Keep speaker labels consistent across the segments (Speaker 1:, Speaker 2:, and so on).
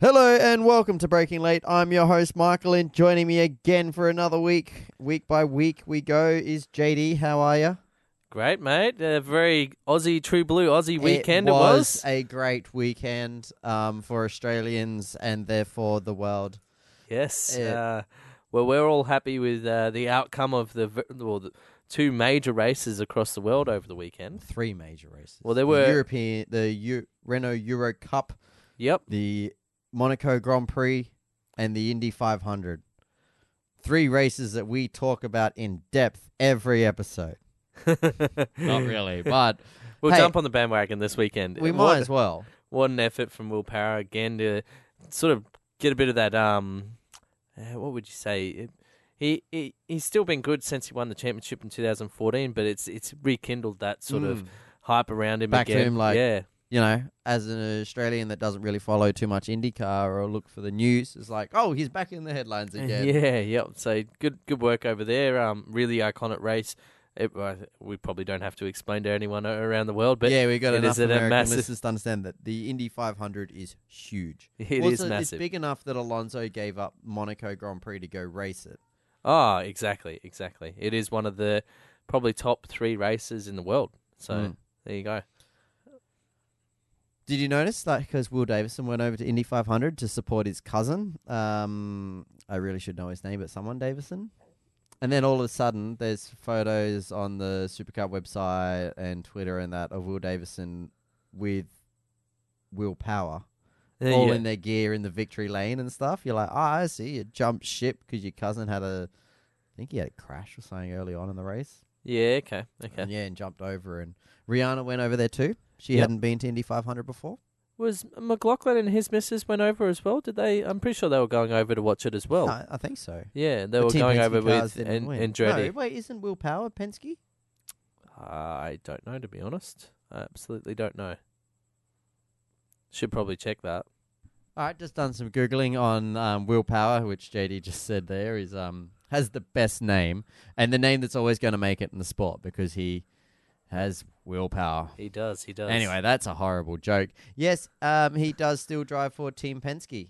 Speaker 1: Hello and welcome to Breaking Late. I'm your host Michael, and joining me again for another week, week by week we go is JD. How are you?
Speaker 2: Great, mate. A very Aussie, true blue Aussie weekend it
Speaker 1: it
Speaker 2: was.
Speaker 1: was a great weekend um, for Australians and therefore the world.
Speaker 2: Yes.
Speaker 1: it-
Speaker 2: Uh, well, we're all happy with uh, the outcome of the, v- well, the two major races across the world over the weekend.
Speaker 1: Three major races.
Speaker 2: Well, there
Speaker 1: The
Speaker 2: were-
Speaker 1: European, the U- Renault Euro Cup,
Speaker 2: Yep.
Speaker 1: the Monaco Grand Prix, and the Indy 500. Three races that we talk about in depth every episode.
Speaker 3: Not really, but
Speaker 2: We'll
Speaker 1: Hey.
Speaker 2: jump on the bandwagon this weekend.
Speaker 1: We
Speaker 2: And
Speaker 1: might
Speaker 2: what,
Speaker 1: as well.
Speaker 2: What an effort from Will Power again to sort of get a bit of that. Um, uh, what would you say? It- he, he he's still been good since he won the championship in 2014, but it's it's rekindled that sort
Speaker 1: Mm.
Speaker 2: of hype around him
Speaker 1: Back to
Speaker 2: again.
Speaker 1: him, like,
Speaker 2: yeah.
Speaker 1: you know, as an Australian that doesn't really follow too much IndyCar or look for the news, it's like, oh, he's back in the headlines again.
Speaker 2: Uh, Yeah, yep. So good, good work over there. Um, really iconic race. It, uh, we probably don't have to explain to anyone a- around the world, but
Speaker 1: yeah, we got
Speaker 2: it
Speaker 1: enough
Speaker 2: is a
Speaker 1: American
Speaker 2: massive-
Speaker 1: listeners to understand that the Indy 500 is huge.
Speaker 2: it is
Speaker 1: also,
Speaker 2: massive.
Speaker 1: it's big enough that Alonso gave up Monaco Grand Prix to go race it.
Speaker 2: Ah, exactly, exactly. It is one of the probably top three races in the world. So
Speaker 1: Mm.
Speaker 2: there you go.
Speaker 1: Did you notice that because Will Davison went over to Indy 500 to support his cousin? Um, I really should know his name, but someone Davison. And then all of a sudden, there's photos on the Supercar website and Twitter and that of Will Davison with Will Power, all
Speaker 2: Uh, Yeah.
Speaker 1: in their gear in the victory lane and stuff. You're like, ah, I see. You jumped ship because your cousin had a, I think he had a crash or something early on in the race.
Speaker 2: yeah. Okay. Okay.
Speaker 1: And yeah, and jumped over. And Rihanna went over there too. She
Speaker 2: Yep.
Speaker 1: hadn't been to Indy 500 before.
Speaker 2: Was McLaughlin and his missus went over as well? Did they? I'm pretty sure they were going over to watch it as well.
Speaker 1: No, I think so.
Speaker 2: Yeah, they
Speaker 1: The
Speaker 2: were
Speaker 1: Team
Speaker 2: going
Speaker 1: Penske
Speaker 2: over
Speaker 1: cars
Speaker 2: with
Speaker 1: didn't
Speaker 2: and
Speaker 1: win.
Speaker 2: Andretti.
Speaker 1: No, wait, isn't Will Power Penske?
Speaker 2: I don't know, to be honest. I absolutely don't know. Should probably check that.
Speaker 1: All right, just done some googling on um, Will Power, which JD just said there is um has the best name and the name that's always going to make it in the sport because he has willpower.
Speaker 2: He does. He does.
Speaker 1: Anyway, that's a horrible joke. Yes, um, he does still drive for Team Penske.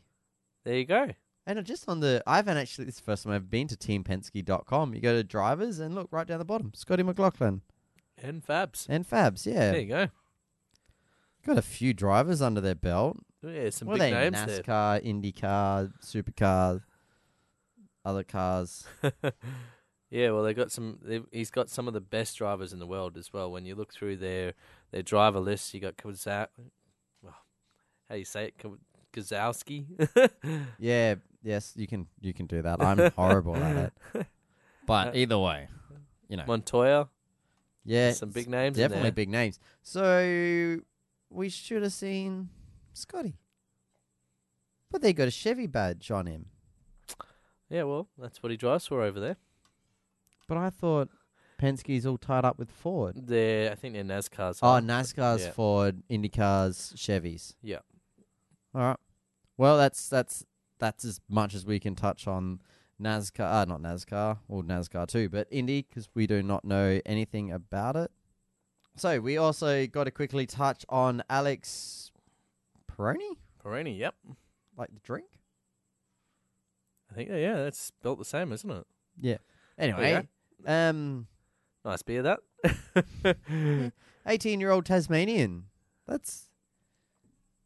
Speaker 2: there you go.
Speaker 1: And just on the, I haven't actually, this is the first time I've been to teampenske.com. You go to drivers and look right down the bottom Scotty McLaughlin
Speaker 2: And Fabs.
Speaker 1: and Fabs,
Speaker 2: There
Speaker 1: yeah.
Speaker 2: you go.
Speaker 1: Got a few drivers under their belt.
Speaker 2: Yeah, some
Speaker 1: what
Speaker 2: big
Speaker 1: are they?
Speaker 2: names there.
Speaker 1: NASCAR, IndyCar, supercar, other cars.
Speaker 2: Yeah, well, they got some. They, he's got some of the best drivers in the world as well. When you look through their their driver list, you got Kazak. Well, how do you say it? Ka- Kazowski.
Speaker 1: Yeah, yes, you can you can do that. I'm horrible at it. Uh,
Speaker 3: but either way,
Speaker 2: Montoya.
Speaker 1: Yeah,
Speaker 2: some
Speaker 1: it's
Speaker 2: big names. in
Speaker 1: definitely
Speaker 2: there.
Speaker 1: big names. So we should have seen Scotty, but they got a Chevy badge on him.
Speaker 2: Yeah, well, that's what he drives for over there.
Speaker 1: But I thought Penske's all tied up with Ford.
Speaker 2: They're, I think they're NASCARs.
Speaker 1: Oh,
Speaker 2: aren't they?
Speaker 1: NASCAR's
Speaker 2: yeah.
Speaker 1: Ford, IndyCars, Chevys.
Speaker 2: Yeah.
Speaker 1: All right. Well, that's that's that's as much as we can touch on NASCAR. Uh, not NASCAR, or NASCAR too, but Indy because we do not know anything about it. So we also got to quickly touch on Alex Peroni,
Speaker 2: Perini. Yep.
Speaker 1: like the drink.
Speaker 2: I think yeah, that's spelt the same, isn't it? Oh,
Speaker 1: Anyway, um,
Speaker 2: Nice beer that.
Speaker 1: eighteen-year-old Tasmanian. That's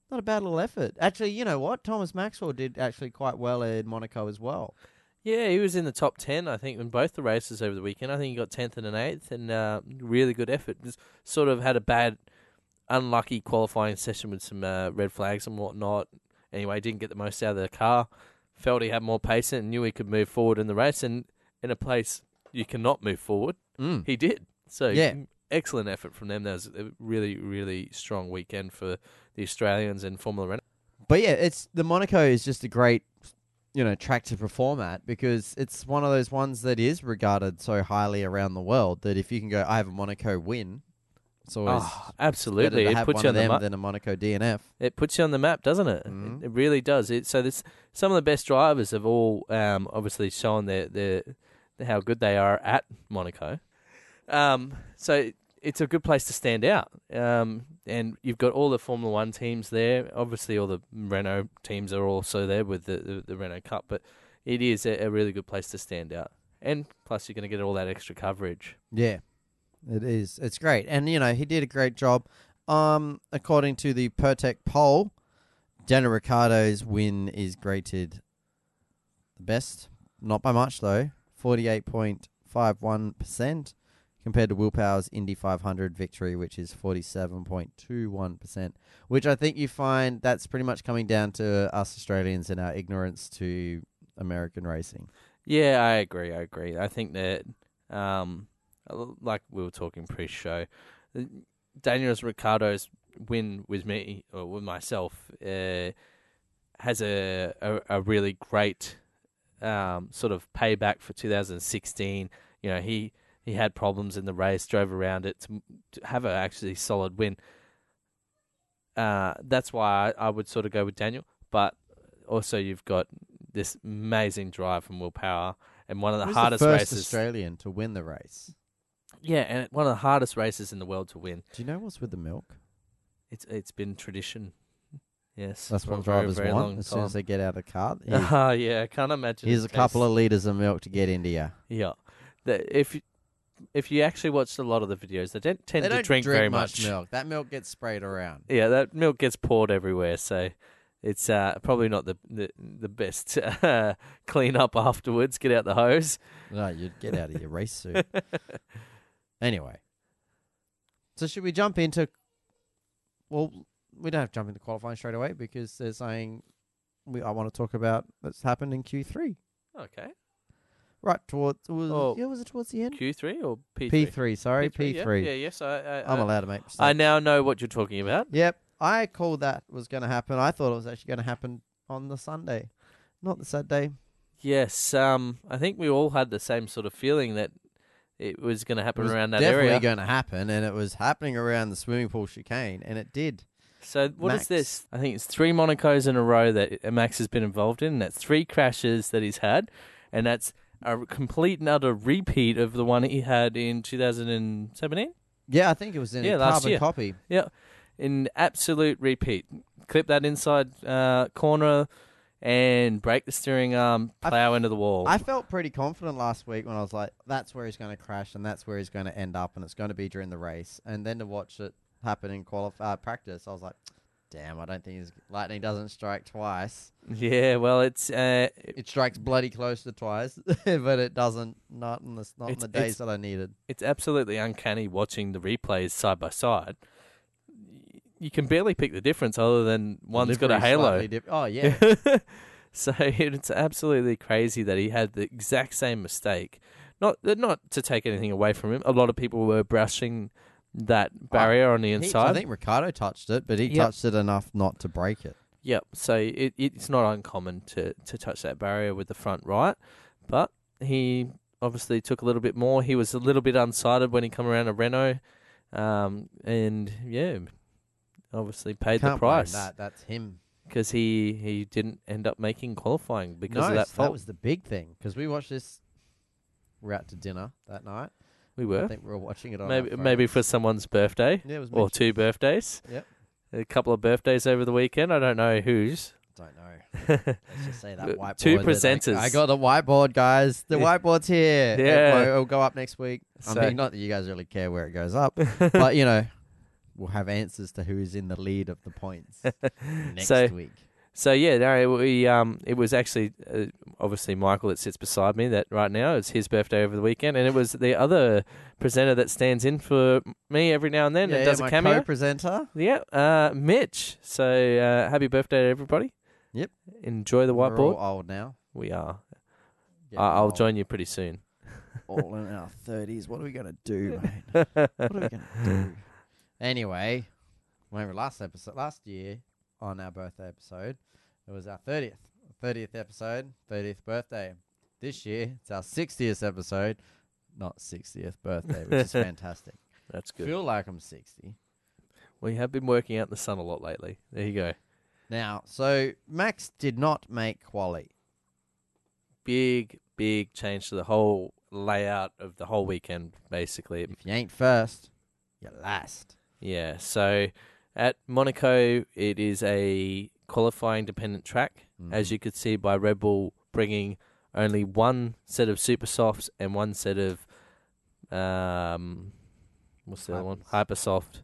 Speaker 1: not a bad little effort. Actually, you know what? Thomas Maxwell did actually quite well in Monaco as well.
Speaker 2: yeah, he was in the top ten, I think, in both the races over the weekend. I think he got tenth and an eighth, and uh, really good effort. Just sort of had a bad, unlucky qualifying session with some uh, red flags and whatnot. Anyway, didn't get the most out of the car. Felt he had more pace and knew he could move forward in the race, and in a place you cannot move forward,
Speaker 1: Mm.
Speaker 2: he did. So
Speaker 1: Yeah.
Speaker 2: excellent effort from them. That was a really, really strong weekend for the Australians in Formula Renault.
Speaker 1: But yeah, it's the Monaco is just a great, you know, track to perform at because it's one of those ones that is regarded so highly around the world that if you can go, I have a Monaco win, it's always
Speaker 2: Oh,
Speaker 1: better
Speaker 2: absolutely.
Speaker 1: to
Speaker 2: It
Speaker 1: have
Speaker 2: puts
Speaker 1: one of
Speaker 2: you on the
Speaker 1: them
Speaker 2: map.
Speaker 1: than a Monaco DNF.
Speaker 2: It puts you on the map, doesn't it?
Speaker 1: Mhm.
Speaker 2: It, it really does. It so this some of the best drivers have all um, obviously shown their, their how good they are at Monaco. Um, so it, it's a good place to stand out. Um, and you've got all the Formula One teams there. Obviously, all the Renault teams are also there with the, the, the Renault Cup, but it is a, a really good place to stand out. And plus, you're going to get all that extra coverage.
Speaker 1: Yeah, it is. It's great, and you know he did a great job. Um, according to the Pertec poll, Daniel Ricciardo's win is graded the best, not by much though, forty-eight point five one percent, compared to Willpower's Indy five hundred victory, which is forty-seven point two one percent. Which I think you find that's pretty much coming down to us Australians and our ignorance to American racing.
Speaker 2: Yeah, I agree. I agree. I think that, um, like we were talking pre-show, uh, Daniel's Ricardo's win with me or with myself uh, has a, a a really great um, sort of payback for 2016. You know, he he had problems in the race, drove around it to, to have a actually solid win. Uh, that's why I, I would sort of go with Daniel, but also you've got this amazing drive from Willpower and one of the
Speaker 1: Who's
Speaker 2: hardest
Speaker 1: first
Speaker 2: races.
Speaker 1: Australian to win the race.
Speaker 2: Yeah, and one of the hardest races in the world to win.
Speaker 1: Do you know what's with the milk?
Speaker 2: It's it's been tradition. Yes,
Speaker 1: That's
Speaker 2: for
Speaker 1: what
Speaker 2: a very,
Speaker 1: drivers
Speaker 2: very
Speaker 1: want
Speaker 2: long
Speaker 1: as soon as
Speaker 2: time.
Speaker 1: they get out of the car. Here's,
Speaker 2: Ah, yeah, I can't imagine.
Speaker 1: here's
Speaker 2: the
Speaker 1: a couple
Speaker 2: taste.
Speaker 1: of liters of milk to get into you.
Speaker 2: Yeah, The- if you, if you actually watched a lot of the videos, they don't tend to drink, very much.
Speaker 1: milk. That milk gets sprayed around.
Speaker 2: Yeah, that milk gets poured everywhere, so it's uh, probably not the the, the best uh, clean up afterwards. Get out the hose.
Speaker 1: No, you'd get out of your race suit. Anyway, so should we jump into? Well, we don't have to jump into qualifying straight away because there's something we I want to talk about that's happened in Q3.
Speaker 2: okay,
Speaker 1: Right towards was,
Speaker 2: Oh.
Speaker 1: yeah, was it towards the end?
Speaker 2: Q three or P
Speaker 1: P
Speaker 2: three?
Speaker 1: three, sorry, P
Speaker 2: Yeah,
Speaker 1: three.
Speaker 2: yeah, yes, I, I,
Speaker 1: I'm
Speaker 2: I-
Speaker 1: allowed to make mistakes.
Speaker 2: I now know what you're talking about.
Speaker 1: Yep. I called that was going to happen. I thought it was actually going to happen on the Sunday, not the Saturday.
Speaker 2: Yes, um, I think we all had the same sort of feeling that it was going to
Speaker 1: It
Speaker 2: happen
Speaker 1: was
Speaker 2: around that
Speaker 1: definitely
Speaker 2: area.
Speaker 1: going to happen, and it was happening around the swimming pool chicane, and it did.
Speaker 2: So what is
Speaker 1: Max.
Speaker 2: this? I think it's three Monacos in a row that uh, Max has been involved in. That's three crashes that he's had, and that's a complete and utter repeat of the one he had in 2017.
Speaker 1: Yeah, I think it was in a
Speaker 2: Yeah, last
Speaker 1: carbon
Speaker 2: year.
Speaker 1: copy.
Speaker 2: An absolute repeat. Clip that inside uh, corner and break the steering arm,
Speaker 1: I-
Speaker 2: plow into the wall.
Speaker 1: I felt pretty confident last week when I was like, "That's where he's going to crash, and that's where he's going to end up, and it's going to be during the race." And then to watch it happen in qualif- uh, practice, I was like, "Damn, I don't think his lightning doesn't strike twice.
Speaker 2: yeah, well, it's uh,
Speaker 1: It strikes bloody close to twice, but it doesn't. Not in the not in
Speaker 2: It's-
Speaker 1: the
Speaker 2: it's-
Speaker 1: days that I needed."
Speaker 2: it's absolutely uncanny watching the replays side by side. You can barely pick the difference, other than one's got a
Speaker 1: Delivery
Speaker 2: halo.
Speaker 1: slightly dip- oh yeah,
Speaker 2: so it's absolutely crazy that he had the exact same mistake. Not not to take anything away from him. A lot of people were brushing that barrier on the
Speaker 1: He-
Speaker 2: inside.
Speaker 1: I think Ricardo touched it, but he
Speaker 2: Yep.
Speaker 1: touched it enough not to break it.
Speaker 2: Yep. So it, it's not uncommon to, to touch that barrier with the front right, but he obviously took a little bit more. He was a little bit unsighted when he come around a Renault, um, and yeah, obviously paid
Speaker 1: Can't
Speaker 2: the
Speaker 1: blame
Speaker 2: price
Speaker 1: That that's him.
Speaker 2: because he he didn't end up making qualifying because
Speaker 1: no,
Speaker 2: of that
Speaker 1: so
Speaker 2: fault.
Speaker 1: was the big thing because we watched this. We're out to dinner that night.
Speaker 2: we
Speaker 1: I
Speaker 2: were
Speaker 1: think we were watching it on our
Speaker 2: maybe
Speaker 1: phone.
Speaker 2: maybe for someone's birthday
Speaker 1: yeah, it was
Speaker 2: or
Speaker 1: Mitchell.
Speaker 2: two birthdays.
Speaker 1: Yep.
Speaker 2: A couple of birthdays over the weekend. I don't know whose.
Speaker 1: Don't know. Let's just say that
Speaker 2: Uh,
Speaker 1: whiteboard.
Speaker 2: two
Speaker 1: that I-
Speaker 2: presenters.
Speaker 1: I got a whiteboard, guys. The
Speaker 2: Yeah.
Speaker 1: whiteboard's here.
Speaker 2: Yeah.
Speaker 1: it will go up next week.
Speaker 2: So-
Speaker 1: I mean, not that you guys really care where it goes up, but you know, we'll have answers to who is in the lead of the points next
Speaker 2: So-
Speaker 1: week.
Speaker 2: So yeah, no, we um, it was actually uh, obviously Michael that sits beside me that right now it's his birthday over the weekend, and it was the other presenter that stands in for me every now and then
Speaker 1: yeah,
Speaker 2: and does
Speaker 1: my
Speaker 2: a cameo.
Speaker 1: co-presenter.
Speaker 2: yeah, uh, Mitch. So uh, happy birthday to everybody.
Speaker 1: Yep.
Speaker 2: Enjoy the
Speaker 1: We're
Speaker 2: whiteboard.
Speaker 1: all old now.
Speaker 2: We are.
Speaker 1: Yeah,
Speaker 2: I- I'll
Speaker 1: old.
Speaker 2: join you pretty soon.
Speaker 1: all in our thirties. What are we gonna do, mate? What are we gonna do? Anyway, remember last episode last year on our birthday episode, it was our thirtieth. Thirtieth episode, thirtieth birthday. This year it's our sixtieth episode, not sixtieth birthday, which is fantastic.
Speaker 2: That's good.
Speaker 1: Feel like I'm sixty.
Speaker 2: We have been working out in the sun a lot lately. There you go.
Speaker 1: Now, so Max did not make quali.
Speaker 2: Big, big change to the whole layout of the whole weekend. Basically,
Speaker 1: If you ain't first, You're last.
Speaker 2: Yeah. So at Monaco, it is a qualifying dependent track, as you could see by Red Bull bringing only one set of super softs and one set of um, what's the other one? Hypersoft.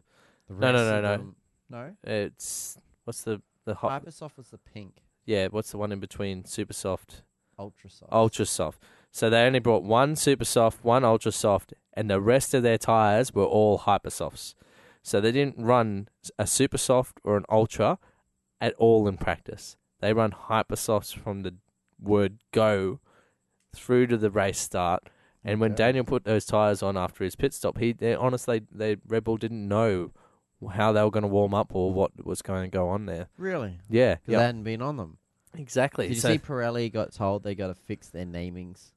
Speaker 1: The
Speaker 2: No, no,
Speaker 1: rest
Speaker 2: no,
Speaker 1: of
Speaker 2: no.
Speaker 1: them- no.
Speaker 2: It's what's the the hot?
Speaker 1: Hypersoft was the pink.
Speaker 2: Yeah. What's the one in between? Super soft.
Speaker 1: Ultra soft.
Speaker 2: ultra soft. So they only brought one super soft, one ultra soft, and the rest of their tires were all hyper softs. So they didn't run a super soft or an ultra at all in practice. They run hyper softs from the word go through to the race start. And when
Speaker 1: Okay.
Speaker 2: Daniel put those tires on after his pit stop, he they, honestly they Red Bull didn't know how they were going to warm up or what was going to go on there.
Speaker 1: Really?
Speaker 2: Yeah,
Speaker 1: 'Cause
Speaker 2: yeah,
Speaker 1: they hadn't been on them.
Speaker 2: exactly.
Speaker 1: Did you
Speaker 2: So-
Speaker 1: see Pirelli got told they got to fix their namings?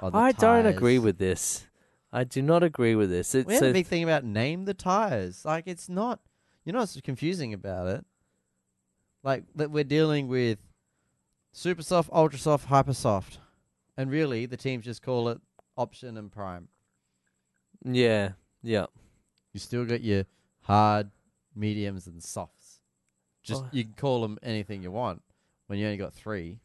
Speaker 1: on the
Speaker 2: I don't
Speaker 1: tyres?
Speaker 2: agree with this. I do not agree with this. It's
Speaker 1: We had
Speaker 2: a-
Speaker 1: a big thing about name the tires. Like it's not. You know what's confusing about it? Like that we're dealing with super soft, ultra soft, hyper soft, and really the teams just call it option and prime.
Speaker 2: yeah, yeah.
Speaker 1: You still got your hard, mediums, and softs. Just
Speaker 2: Oh.
Speaker 1: you can call them anything you want when you only got three.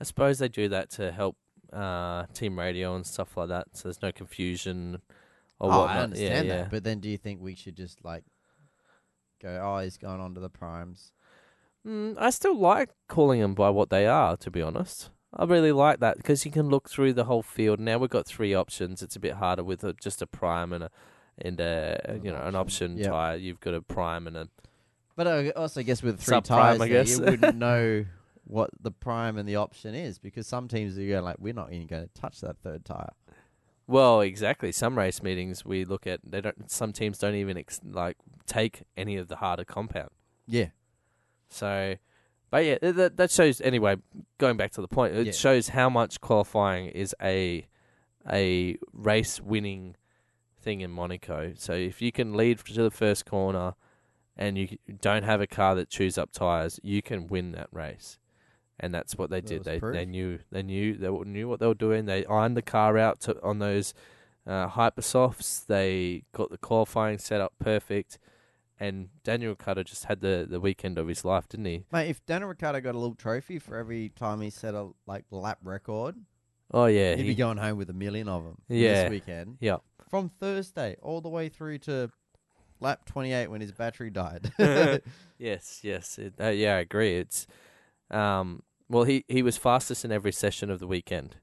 Speaker 2: I suppose they do that to help uh, team radio and stuff like that, so there's no confusion or
Speaker 1: oh,
Speaker 2: whatnot.
Speaker 1: I understand
Speaker 2: yeah,
Speaker 1: that.
Speaker 2: yeah.
Speaker 1: But then do you think we should just like go, oh, he's gone on to the primes?
Speaker 2: Mm, I still like calling them by what they are, to be honest. I really like that because you can look through the whole field. Now we've got three options. It's a bit harder with a, just a prime and a and a
Speaker 1: An
Speaker 2: you know an
Speaker 1: option.
Speaker 2: option
Speaker 1: Yep.
Speaker 2: tire. You've got a prime and a
Speaker 1: But I also guess with three
Speaker 2: Subprime,
Speaker 1: tires,
Speaker 2: I
Speaker 1: there,
Speaker 2: guess.
Speaker 1: you wouldn't know what the prime and the option is because some teams are going like, we're not even going to touch that third tire.
Speaker 2: Well, exactly. Some race meetings we look at they don't. Some teams don't even ex- like take any of the harder compound.
Speaker 1: Yeah,
Speaker 2: So, but yeah, th- that that shows. Anyway, going back to the point, it
Speaker 1: Yeah.
Speaker 2: shows how much qualifying is a a race winning thing in Monaco. So if you can lead to the first corner and you don't have a car that chews up tires, you can win that race. And that's what they
Speaker 1: That
Speaker 2: did.
Speaker 1: was
Speaker 2: They they
Speaker 1: proof.
Speaker 2: knew they knew they knew what they were doing. They ironed the car out to, on those uh, hypersofts. They got the qualifying set up perfect, and Daniel Cutter just had the, the weekend of his life, didn't he?
Speaker 1: mate. If Daniel Ricciardo got a little trophy for every time he set a like lap record,
Speaker 2: Oh yeah,
Speaker 1: he'd be
Speaker 2: he-
Speaker 1: going home with a million of them
Speaker 2: Yeah.
Speaker 1: this weekend.
Speaker 2: Yeah.
Speaker 1: from Thursday all the way through to lap twenty-eight when his battery died. yeah,
Speaker 2: yes, yes, it, uh, yeah, I agree. It's um, well, he he was fastest in every session of the weekend,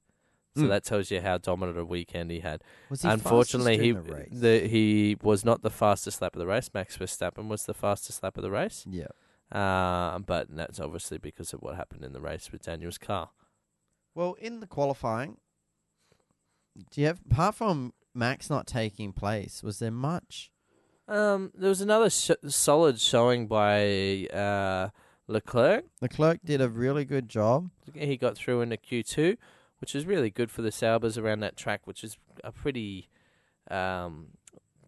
Speaker 2: so
Speaker 1: Mm.
Speaker 2: that tells you how dominant a weekend he had.
Speaker 1: was he
Speaker 2: Unfortunately, he
Speaker 1: fastest during the race?
Speaker 2: the- he was not the fastest lap of the race. Max Verstappen was the fastest lap of the race,
Speaker 1: yeah.
Speaker 2: uh, but that's obviously because of what happened in the race with Daniel's car.
Speaker 1: Well, in the qualifying, do you have apart from Max not taking place, was there much?
Speaker 2: Um, there was another sh- solid showing by uh, Leclerc.
Speaker 1: Leclerc did a really good job.
Speaker 2: He got through into Q2, which is really good for the Saubers around that track, which is a pretty um,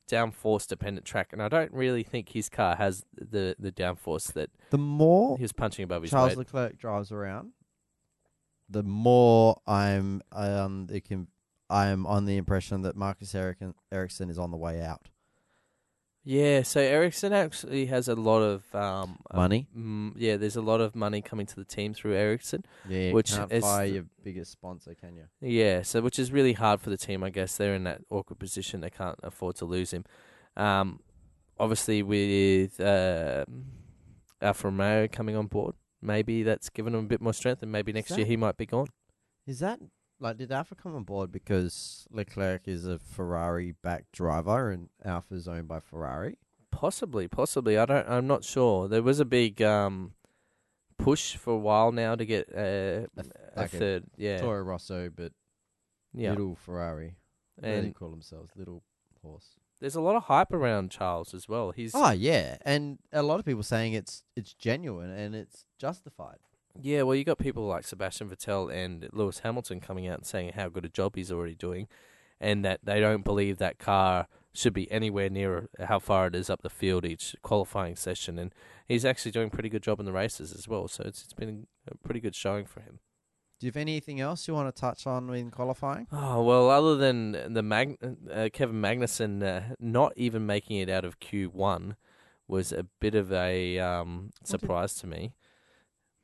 Speaker 2: downforce dependent track. And I don't really think his car has the, the downforce that
Speaker 1: The more
Speaker 2: he was punching above his
Speaker 1: Charles
Speaker 2: weight.
Speaker 1: Leclerc drives around, the more I'm um the con- I'm on the impression that Marcus Ericsson, Ericsson is on the way out.
Speaker 2: Yeah, so Ericsson actually has a lot of um,
Speaker 1: Money,
Speaker 2: mm, yeah, there's a lot of money coming to the team through Ericsson.
Speaker 1: yeah,
Speaker 2: which
Speaker 1: which can't
Speaker 2: is
Speaker 1: fire
Speaker 2: the-
Speaker 1: your biggest sponsor, can you?
Speaker 2: Yeah, so which is really hard for the team, I guess. They're in that awkward position; they can't afford to lose him. Um, obviously, with uh, Alfa Romeo coming on board, maybe that's given him a bit more strength, and maybe next year
Speaker 1: that-
Speaker 2: he might be gone.
Speaker 1: Is that like did Alpha come on board because Leclerc is a Ferrari-backed driver and Alpha is owned by Ferrari?
Speaker 2: Possibly, possibly. I don't. I'm not sure. There was a big um, push for a while now to get
Speaker 1: A
Speaker 2: uh,
Speaker 1: th-
Speaker 2: a
Speaker 1: like a
Speaker 2: third. yeah,
Speaker 1: Toro Rosso, but
Speaker 2: yeah.
Speaker 1: little Ferrari. What do they
Speaker 2: And
Speaker 1: call themselves? Little horse.
Speaker 2: there's a lot of hype around Charles as well. He's
Speaker 1: Oh yeah, and a lot of people saying it's it's genuine and it's justified.
Speaker 2: Yeah, well, you got people like Sebastian Vettel and Lewis Hamilton coming out and saying how good a job he's already doing, and that they don't believe that car should be anywhere near how far it is up the field each qualifying session. And he's actually doing a pretty good job in the races as well. So it's it's been a pretty good showing for him.
Speaker 1: Do you have anything else you want to touch on in qualifying?
Speaker 2: Oh well, other than the Mag- uh, Kevin Magnussen uh, not even making it out of Q one was a bit of a um, surprise to me.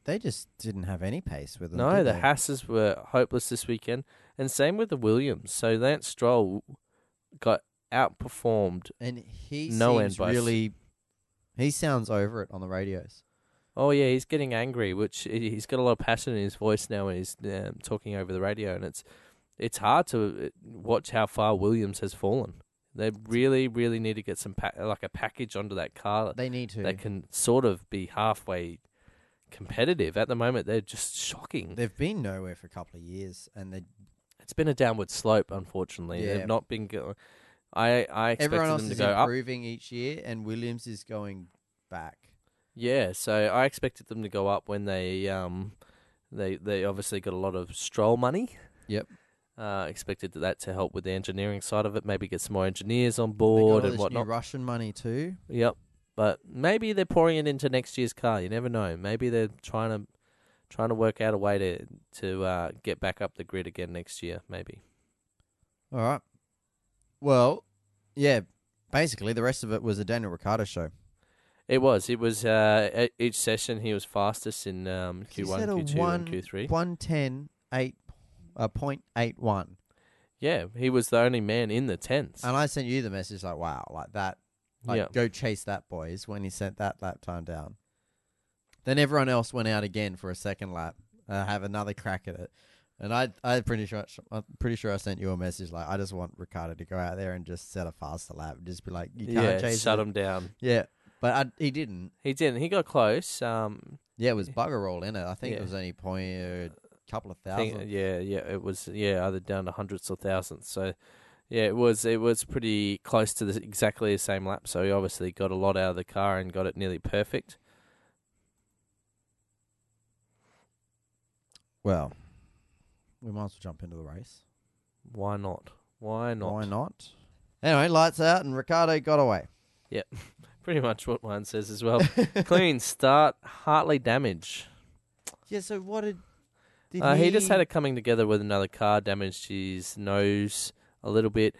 Speaker 1: They just didn't have any pace with them.
Speaker 2: No,
Speaker 1: did
Speaker 2: the
Speaker 1: they?
Speaker 2: Hasses were hopeless this weekend, and same with the Williams. So Lance Stroll got outperformed.
Speaker 1: and he
Speaker 2: no end
Speaker 1: seems
Speaker 2: by s-
Speaker 1: really. He sounds over it on the radios.
Speaker 2: Oh yeah, he's getting angry, which he- he's got a lot of passion in his voice now when he's um, talking over the radio, and it's it's hard to uh, watch how far Williams has fallen. They really, really need to get some pa- like a package onto that car
Speaker 1: They need to.
Speaker 2: that can sort of be halfway competitive. At the moment, they're just shocking.
Speaker 1: They've been nowhere for a couple of years, and they
Speaker 2: It's been a downward slope, unfortunately.
Speaker 1: Yeah.
Speaker 2: They've not been go I I expected
Speaker 1: everyone else
Speaker 2: them to
Speaker 1: is
Speaker 2: go up.
Speaker 1: improving each year, and Williams is going back.
Speaker 2: Yeah, so I expected them to go up when they um they they obviously got a lot of stroll money.
Speaker 1: Yep.
Speaker 2: Uh, expected that to help with the engineering side of it. Maybe get some more engineers on
Speaker 1: They got all
Speaker 2: board and
Speaker 1: this new
Speaker 2: whatnot.
Speaker 1: Russian money too.
Speaker 2: Yep. But maybe they're pouring it into next year's car. You never know. Maybe they're trying to trying to work out a way to to uh, get back up the grid again next year. Maybe.
Speaker 1: All right. Well, yeah. Basically, the rest of it was a Daniel Ricciardo show.
Speaker 2: It was. It was. Uh, e- each session he was fastest in um,
Speaker 1: He
Speaker 2: Q one,
Speaker 1: said a
Speaker 2: Q two,
Speaker 1: one-
Speaker 2: and Q three.
Speaker 1: One ten eight, uh, point eight one.
Speaker 2: Yeah, he was the only man in the tens.
Speaker 1: And I sent you the message like, wow, like that, like
Speaker 2: Yeah.
Speaker 1: go chase that boys when he sent that lap time down. Then everyone else went out again for a second lap, uh, have another crack at it. And I, I pretty sure, I'm pretty sure I sent you a message like, I just want Ricardo to go out there and just set a faster lap, and just be like, you can't
Speaker 2: yeah,
Speaker 1: chase
Speaker 2: shut
Speaker 1: it.
Speaker 2: him down.
Speaker 1: Yeah, but I, he didn't.
Speaker 2: He didn't. He got close. Um,
Speaker 1: Yeah, it was bugger all in it. I think it
Speaker 2: Yeah.
Speaker 1: was only point a couple of
Speaker 2: I
Speaker 1: thousand.
Speaker 2: think- uh, yeah, yeah. It was yeah, either down to hundreds or thousands. So yeah, it was it was pretty close to the, exactly the same lap. So he obviously got a lot out of the car and got it nearly perfect.
Speaker 1: Well, we might as well jump into the race.
Speaker 2: Why not? Why not?
Speaker 1: Why not? Anyway, lights out, and Ricardo got away.
Speaker 2: Pretty much what mine says as well. Clean start, Hartley damage.
Speaker 1: Yeah, so what did, did
Speaker 2: uh, he... just had it coming together with another car, damaged his nose a little bit,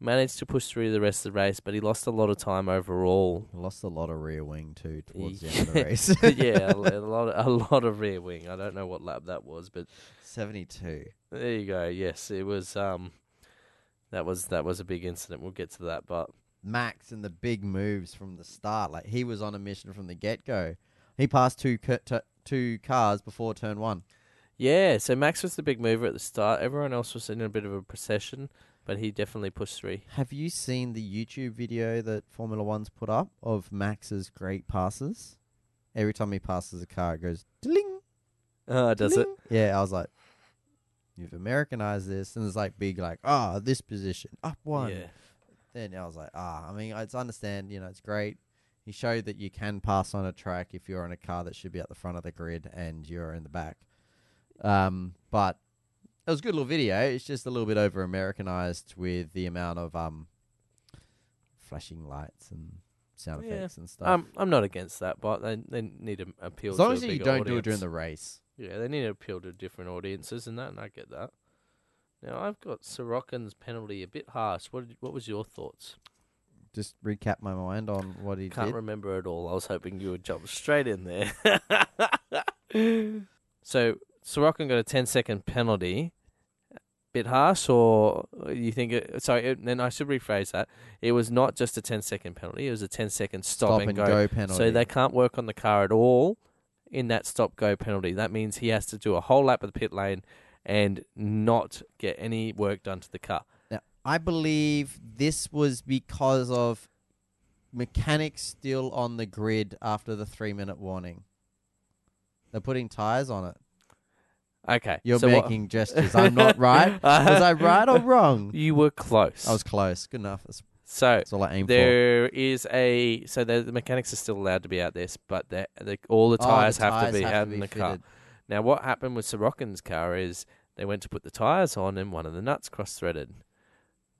Speaker 2: managed to push through the rest of the race, but he lost a lot of time overall.
Speaker 1: lost a lot of rear wing too towards the
Speaker 2: Yeah.
Speaker 1: end of the race.
Speaker 2: yeah, a lot, a lot of rear wing. I don't know what lap that was, but
Speaker 1: Seventy two.
Speaker 2: there you go. Yes, it was. Um, that was that was a big incident. We'll get to that, but
Speaker 1: Max and the big moves from the start. Like he was on a mission from the get go. He passed two cur- tu- two cars before turn one.
Speaker 2: yeah. So Max was the big mover at the start. Everyone else was in a bit of a procession, but he definitely pushed three.
Speaker 1: Have you seen the YouTube video that Formula One's put up of Max's great passes? Every time he passes a car, it goes ding.
Speaker 2: Uh, does it?
Speaker 1: Yeah, I was like, you've Americanized this, and it's like big, like ah, this position up one.
Speaker 2: Yeah.
Speaker 1: then I was like, ah, I mean, I understand, you know, it's great. He showed that you can pass on a track if you're on a car that should be at the front of the grid and you're in the back. Um, but it was a good little video. It's just a little bit over Americanized with the amount of um, flashing lights and sound
Speaker 2: Yeah.
Speaker 1: effects and stuff.
Speaker 2: Um, I'm not against that, but they they need to appeal.
Speaker 1: as
Speaker 2: to
Speaker 1: long
Speaker 2: a
Speaker 1: as you
Speaker 2: bigger
Speaker 1: don't do it during
Speaker 2: audience.
Speaker 1: the race.
Speaker 2: Yeah, they need to appeal to different audiences and that, and I get that. Now I've got Sorokin's penalty a bit harsh. What did, what was your thoughts?
Speaker 1: Just recap my mind on what he
Speaker 2: Can't
Speaker 1: did.
Speaker 2: remember at all. I was hoping you would jump straight in there. so Sorokin got a 10 second penalty. Bit harsh, or you think? It, sorry, it, then I should rephrase that. It was not just a 10 second penalty. It was a 10 second stop,
Speaker 1: Stop and go, penalty.
Speaker 2: So they can't work on the car at all in that stop go penalty. That means he has to do a whole lap of the pit lane and not get any work done to the car.
Speaker 1: Now, I believe this was because of mechanics still on the grid after the three minute warning. They're putting tires on it.
Speaker 2: Okay.
Speaker 1: You're
Speaker 2: so what-
Speaker 1: making gestures. I'm not right. Was I right or wrong?
Speaker 2: You were close.
Speaker 1: I was close. Good enough. That's,
Speaker 2: so
Speaker 1: that's all I aim for.
Speaker 2: there is a so the, the mechanics are still allowed to be out there, s- but the, the, all the
Speaker 1: Oh,
Speaker 2: tires, have
Speaker 1: tires
Speaker 2: to be out in the car.
Speaker 1: fitted.
Speaker 2: Now, what happened with Sorokin's car is they went to put the tires on, and one of the nuts cross-threaded.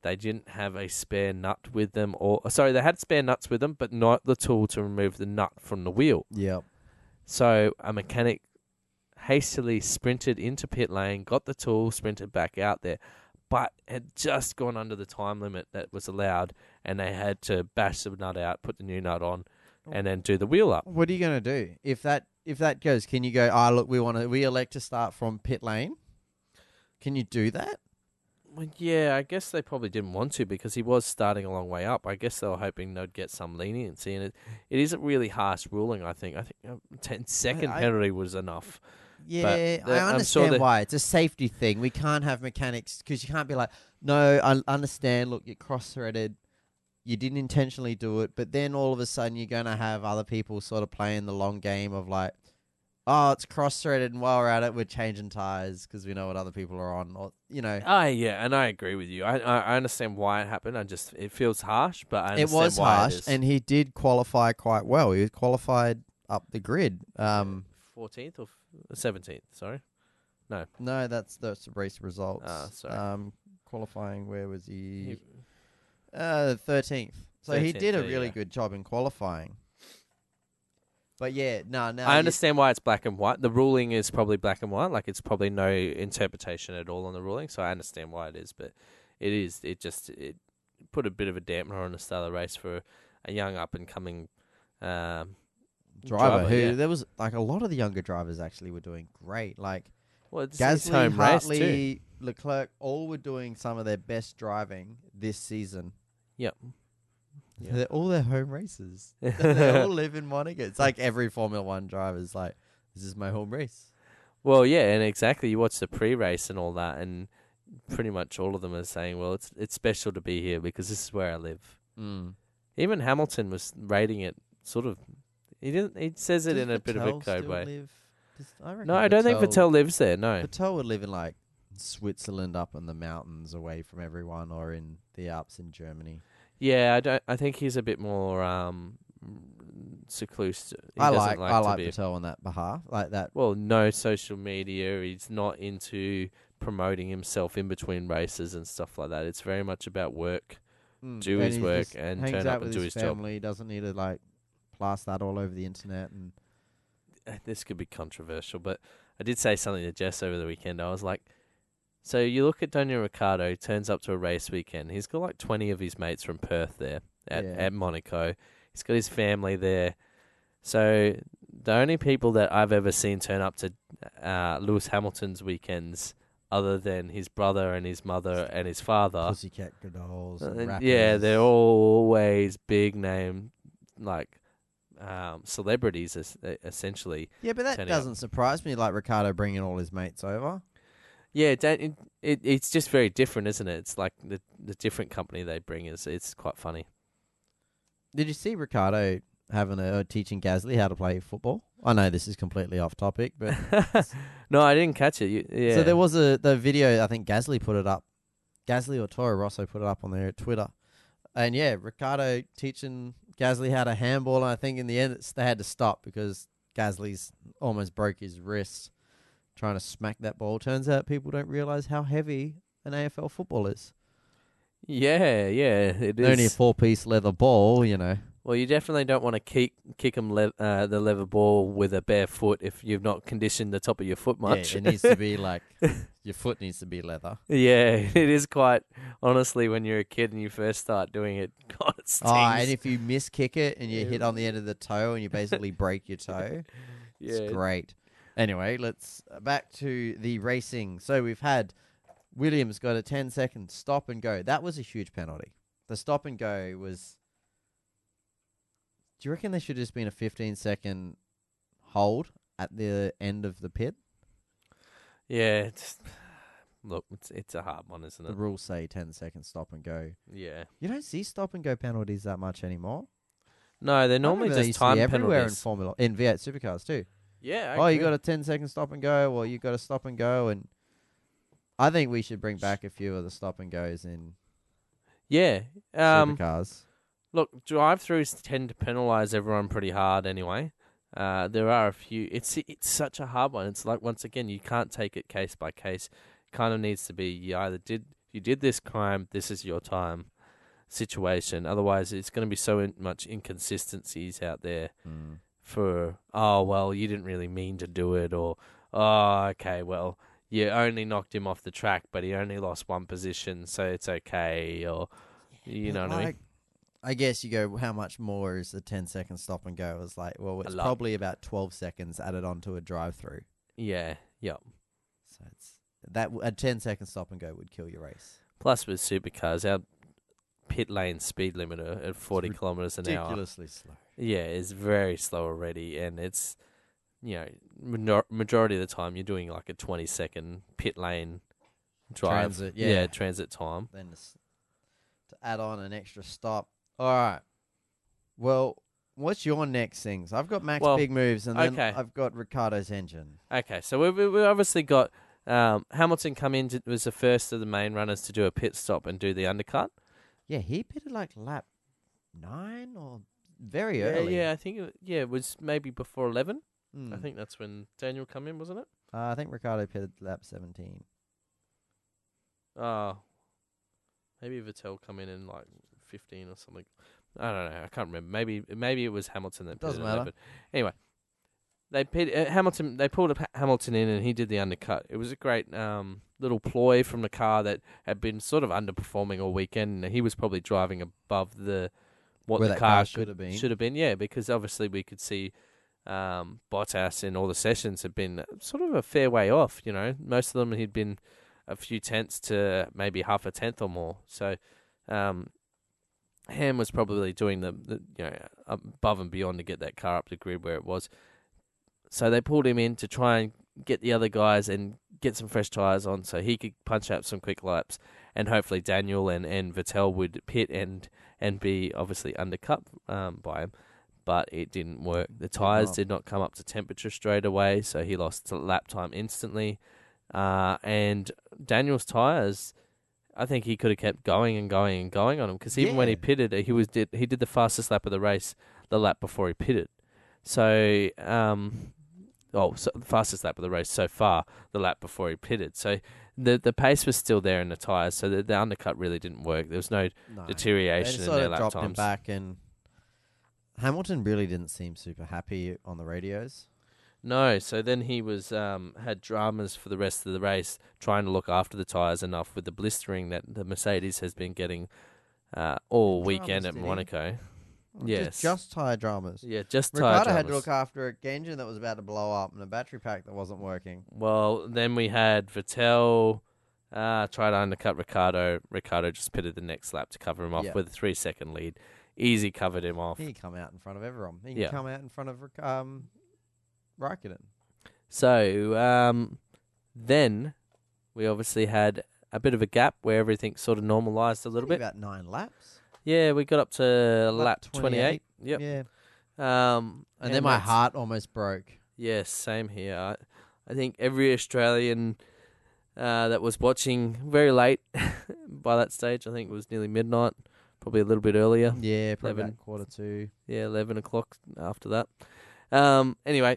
Speaker 2: They didn't have a spare nut with them, or uh, sorry, they had spare nuts with them, but not the tool to remove the nut from the wheel.
Speaker 1: Yep.
Speaker 2: So a mechanic hastily sprinted into pit lane, got the tool, sprinted back out there, but had just gone under the time limit that was allowed, and they had to bash the nut out, put the new nut on, and then do the wheel up.
Speaker 1: What are you going to do if that if that goes? Can you go? Ah, look, we want to we elect to start from pit lane. Can you do that?
Speaker 2: Well, yeah, I guess they probably didn't want to because he was starting a long way up. I guess they were hoping they'd get some leniency, and it, it is a really harsh ruling. I think I think a ten second
Speaker 1: I-
Speaker 2: penalty was enough.
Speaker 1: Yeah,
Speaker 2: the-
Speaker 1: I
Speaker 2: I'm sure
Speaker 1: understand
Speaker 2: that-
Speaker 1: why. It's a safety thing. We can't have mechanics because you can't be like, no, I understand. Look, you cross threaded. You didn't intentionally do it, but then all of a sudden you're going to have other people sort of playing the long game of like, oh, it's cross threaded, and while we're at it, we're changing tires because we know what other people are on, or you know.
Speaker 2: I Ah, yeah, and I agree with you. I I, I understand why it happened. I just it feels harsh, but I
Speaker 1: it
Speaker 2: understand
Speaker 1: was
Speaker 2: why
Speaker 1: harsh,
Speaker 2: it is.
Speaker 1: and he did qualify quite well. He was qualified up the grid. Um,
Speaker 2: fourteenth or seventeenth. Sorry,
Speaker 1: no, that's that's the race results.
Speaker 2: Ah, sorry.
Speaker 1: Um, qualifying, where was he?
Speaker 2: He-
Speaker 1: Uh, thirteenth. So he
Speaker 2: 13th,
Speaker 1: did a
Speaker 2: yeah,
Speaker 1: really
Speaker 2: yeah.
Speaker 1: good job in qualifying. But yeah, no, no.
Speaker 2: I understand why it's black and white. The ruling is probably black and white. Like it's probably no interpretation at all on the ruling. So I understand why it is, but it is. It just it put a bit of a dampener on the start of the race for a young up and coming um,
Speaker 1: driver, who
Speaker 2: yeah.
Speaker 1: there was like a lot of the younger drivers actually were doing great. Like
Speaker 2: Well, it's his
Speaker 1: Gasly,
Speaker 2: home race too.
Speaker 1: Hartley, Leclerc, all were doing some of their best driving this season.
Speaker 2: Yep. Yeah.
Speaker 1: They're all their home races. they all live in Monaco. It's like every Formula One driver's like, this is my home race.
Speaker 2: Well, yeah, and exactly. You watch the pre-race and all that, and pretty much all of them are saying, "Well, it's it's special to be here because this is where I live."
Speaker 1: Mm.
Speaker 2: Even Hamilton was rating it sort of. He didn't. He says it in a bit of a code way.
Speaker 1: I
Speaker 2: No, I don't think Patel lives there. No,
Speaker 1: Patel would live in like Switzerland, up in the mountains, away from everyone, or in the Alps in Germany.
Speaker 2: yeah, I don't. I think he's a bit more um secluded. He
Speaker 1: I
Speaker 2: doesn't
Speaker 1: like, I
Speaker 2: to
Speaker 1: like
Speaker 2: be-
Speaker 1: Patel on that behalf, like that.
Speaker 2: Well, no social media. He's not into promoting himself in between races and stuff like that. It's very much about work.
Speaker 1: Mm.
Speaker 2: Do
Speaker 1: And
Speaker 2: his
Speaker 1: he
Speaker 2: work
Speaker 1: just
Speaker 2: and
Speaker 1: hangs
Speaker 2: turn
Speaker 1: out
Speaker 2: up and
Speaker 1: with
Speaker 2: do his job.
Speaker 1: family, Doesn't need to like blast that all over the internet and
Speaker 2: Uh, this could be controversial, but I did say something to Jess over the weekend. I was like, so you look at Daniel Ricciardo, he turns up to a race weekend. He's got like 20 of his mates from Perth there at,
Speaker 1: Yeah.
Speaker 2: at Monaco. He's got his family there. So the only people that I've ever seen turn up to uh, Lewis Hamilton's weekends, other than his brother and his mother and his father,
Speaker 1: pussycat dolls.
Speaker 2: Ah. uh,
Speaker 1: And
Speaker 2: yeah,
Speaker 1: rappers.
Speaker 2: they're always big name, like um, celebrities es- essentially.
Speaker 1: Yeah, but that
Speaker 2: turning up.
Speaker 1: doesn't surprise me. Like Ricardo bringing all his mates over.
Speaker 2: Yeah, don't, it, it it's just very different, isn't it? It's like the the different company they bring is it's quite funny.
Speaker 1: Did you see Ricardo having a teaching Gasly how to play football? I know this is completely off topic, but
Speaker 2: no, I didn't catch it. You, yeah.
Speaker 1: so there was a the video. I think Gasly put it up. Gasly or Toro Rosso put it up on their Twitter, and yeah, Ricardo teaching Gasly how to handball. And I think in the end, it's, they had to stop because Gasly's almost broke his wrist trying to smack that ball. Turns out people don't realize how heavy an AFL football is.
Speaker 2: yeah, yeah, it is.
Speaker 1: Only a four piece leather ball, you know.
Speaker 2: well, you definitely don't want to kick kick 'em le- uh, the leather ball with a bare foot if you've not conditioned the top of your foot much.
Speaker 1: Yeah, it needs to be like your foot needs to be leather.
Speaker 2: Yeah, it is quite honestly when you're a kid and you first start doing it. God, it stings.
Speaker 1: Oh, and if you miss kick it and you hit
Speaker 2: Yeah.
Speaker 1: on the end of the toe and you basically break your toe,
Speaker 2: yeah,
Speaker 1: it's great. Anyway, let's uh, back to the racing. So we've had Williams got a 10 second stop and go. That was a huge penalty. The stop and go was. Do you reckon there should have just been a 15 second hold at the end of the pit?
Speaker 2: yeah. It's, look, it's it's a hard one, isn't
Speaker 1: The
Speaker 2: it?
Speaker 1: rules say 10 second stop and go.
Speaker 2: Yeah.
Speaker 1: You don't see stop and go penalties that much anymore.
Speaker 2: No,
Speaker 1: I
Speaker 2: they're
Speaker 1: remember
Speaker 2: normally
Speaker 1: they
Speaker 2: just
Speaker 1: used to be
Speaker 2: time
Speaker 1: everywhere
Speaker 2: penalties.
Speaker 1: in Formula in V8 supercars too.
Speaker 2: Yeah.
Speaker 1: oh, you got a 10 second stop and go, or you got to stop and go. And I think we should bring back a few of the stop and goes in
Speaker 2: Yeah. Um.
Speaker 1: supercars.
Speaker 2: Look, drive-throughs tend to penalise everyone pretty hard anyway. Uh, there are a few. It's it's such a hard one. It's like once again, you can't take it case by case. Kind of needs to be you either did you did this crime, this is your time situation. Otherwise, it's going to be so in, much
Speaker 1: Hmm.
Speaker 2: inconsistencies out there for oh well, you didn't really mean to do it, or oh, okay, well, you only knocked him off the track, but he only lost one position, so it's okay. Or, you know
Speaker 1: But,
Speaker 2: what I mean?
Speaker 1: like, I guess you go, how much more is the 10 second stop and go? It's like, well, it's
Speaker 2: lot.
Speaker 1: probably about 12 seconds added onto a drive through.
Speaker 2: Yeah, yeah.
Speaker 1: So it's that w- a 10 second stop and go would kill your race.
Speaker 2: Plus, with supercars, our pit lane speed limit a- at 40 kilometers an hour.
Speaker 1: Ridiculously slow.
Speaker 2: Yeah, it's very slow already, and it's you know minor- majority of the time you're doing like a 20 second pit lane drive.
Speaker 1: Transit, yeah.
Speaker 2: transit time.
Speaker 1: Then s- to add on an extra stop. All right. Well, what's your next things? I've got Max
Speaker 2: Well,
Speaker 1: big moves, and then
Speaker 2: okay.
Speaker 1: I've got Ricardo's engine.
Speaker 2: Okay, so we've we- we obviously got um, Hamilton come in to, was the first of the main runners to do a pit stop and do the undercut.
Speaker 1: Yeah, he pitted like lap nine or very
Speaker 2: Yeah,
Speaker 1: early.
Speaker 2: yeah, I think it, yeah, it was maybe before 11. I
Speaker 1: Mm.
Speaker 2: think that's when Daniel come in, wasn't it?
Speaker 1: Uh, I think Ricardo pitted lap 17.
Speaker 2: Oh. Maybe Vettel come in in like 15 or something. I don't know. I can't remember. Maybe maybe it was Hamilton that
Speaker 1: Doesn't
Speaker 2: pitted it,
Speaker 1: matter.
Speaker 2: But anyway, they pit, uh, Hamilton they pulled up Ha- Hamilton in and he did the undercut. It was a great um, little ploy from the car that had been sort of underperforming all weekend. and He was probably driving above the what
Speaker 1: Where
Speaker 2: the
Speaker 1: that
Speaker 2: car,
Speaker 1: car
Speaker 2: should
Speaker 1: should have been.
Speaker 2: Should have been, yeah, because obviously we could see um, Bottas in all the sessions had been sort of a fair way off. You know, most of them he'd been a few tenths to maybe half a tenth or more. So, um, Ham was probably doing the, the you know above and beyond to get that car up the grid where it was. So they pulled him in to try and get the other guys and get some fresh tires on, so he could punch up some quick laps, and hopefully Daniel and, and Vettel would pit and and be obviously undercut um, by him. But it didn't work. The tires
Speaker 1: not.
Speaker 2: did not come up to temperature straight away, so he lost lap time instantly. Uh, and Daniel's tires, I think he could have kept going and going and going on him because even when he
Speaker 1: Yeah.
Speaker 2: pitted, he was did he did the fastest lap of the race the lap before he pitted. So, um, oh, so the fastest lap of the race so far, the lap before he pitted. So the the pace was still there in the tyres, so the, the undercut really didn't work. There was no
Speaker 1: No. They
Speaker 2: deterioration in
Speaker 1: sort
Speaker 2: their
Speaker 1: of
Speaker 2: lap
Speaker 1: dropped him
Speaker 2: times.
Speaker 1: back, and Hamilton really didn't seem super happy on the radios.
Speaker 2: No, so then he was um, had dramas for the rest of the race, trying to look after the tyres enough with the blistering that the Mercedes has been getting uh, all
Speaker 1: Dramas,
Speaker 2: weekend
Speaker 1: did
Speaker 2: at
Speaker 1: he?
Speaker 2: Monaco.
Speaker 1: Just-
Speaker 2: Yes.
Speaker 1: Just, tire dramas.
Speaker 2: Yeah, just tyre
Speaker 1: Ricardo
Speaker 2: dramas.
Speaker 1: had to look after a engine that was about to blow up and a battery pack that wasn't working.
Speaker 2: Well, then we had Vettel uh, try to undercut Ricardo. Ricardo just pitted the next lap to cover him off
Speaker 1: Yeah.
Speaker 2: with a three second lead. Easy covered him off.
Speaker 1: He can come out in front of everyone. He can
Speaker 2: Yeah.
Speaker 1: come out in front of Ric- um, Raikkonen.
Speaker 2: So um, then we obviously had a bit of a gap where everything sort of normalized a little
Speaker 1: Only
Speaker 2: bit.
Speaker 1: about nine laps.
Speaker 2: Yeah, we got up to lap,
Speaker 1: Lap
Speaker 2: 28. Yep.
Speaker 1: Yeah.
Speaker 2: Um,
Speaker 1: And, then my
Speaker 2: that's-
Speaker 1: heart almost broke.
Speaker 2: Yes, same here. I, I think every Australian uh, that was watching very late by that stage, I think it was nearly midnight, probably a little bit earlier.
Speaker 1: Yeah, probably
Speaker 2: Eleven.
Speaker 1: about quarter two.
Speaker 2: Yeah, eleven o'clock after that. Um. Anyway,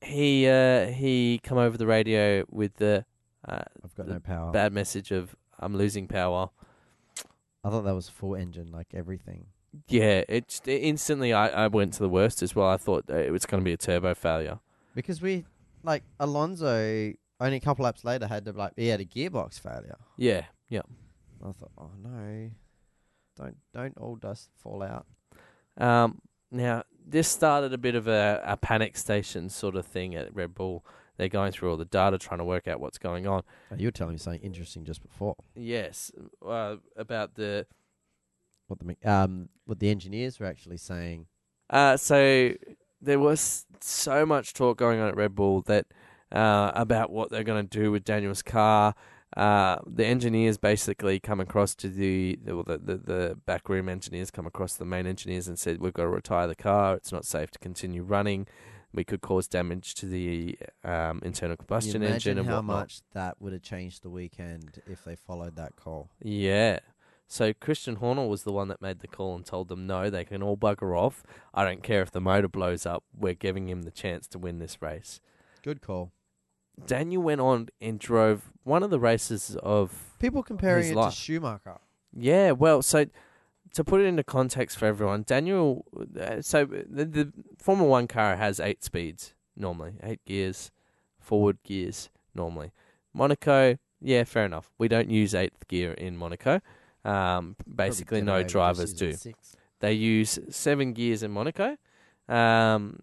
Speaker 2: he uh he come over the radio with the uh,
Speaker 1: I've got
Speaker 2: The
Speaker 1: no power.
Speaker 2: bad message of I'm losing power.
Speaker 1: I thought that was full engine, like everything.
Speaker 2: Yeah, it, just- instantly I I went to the worst as well. I thought uh, it was going to be a turbo failure.
Speaker 1: Because we, like, Alonso only a couple laps later had to, like, he had a gearbox failure.
Speaker 2: Yeah. Yeah.
Speaker 1: I thought, oh no, don't don't all dust fall out.
Speaker 2: Um, now, this started a bit of a, a panic station sort of thing at Red Bull. They're going through all the data, trying to work out what's going on.
Speaker 1: Oh, you were telling me something interesting just before.
Speaker 2: Yes, uh, about the
Speaker 1: What the me- um what the engineers were actually saying.
Speaker 2: Uh, so there was so much talk going on at Red Bull that uh, about what they're going to do with Daniel's car. Uh, the engineers basically come across to the well, the, the the backroom engineers come across to the main engineers and said we've got to retire the car. It's not safe to continue running. We could cause damage to the um, internal
Speaker 1: Can you
Speaker 2: combustion
Speaker 1: imagine
Speaker 2: engine and
Speaker 1: how
Speaker 2: whatnot.
Speaker 1: much that would have changed the weekend if they followed that call.
Speaker 2: Yeah. So Christian Horner was the one that made the call and told them no, they can all bugger off. I don't care if the motor blows up. We're giving him the chance to win this race.
Speaker 1: Good call.
Speaker 2: Daniel went on and drove one of the races of
Speaker 1: People comparing
Speaker 2: His
Speaker 1: it
Speaker 2: life.
Speaker 1: to Schumacher.
Speaker 2: yeah. Well, so to put it into context for everyone, Daniel. uh, So the, the Formula One car has eight speeds. normally. Eight gears, forward gears normally. Monaco, yeah, fair enough. We don't use eighth gear in Monaco. Um, basically, no drivers do. They use seven gears in Monaco. Um,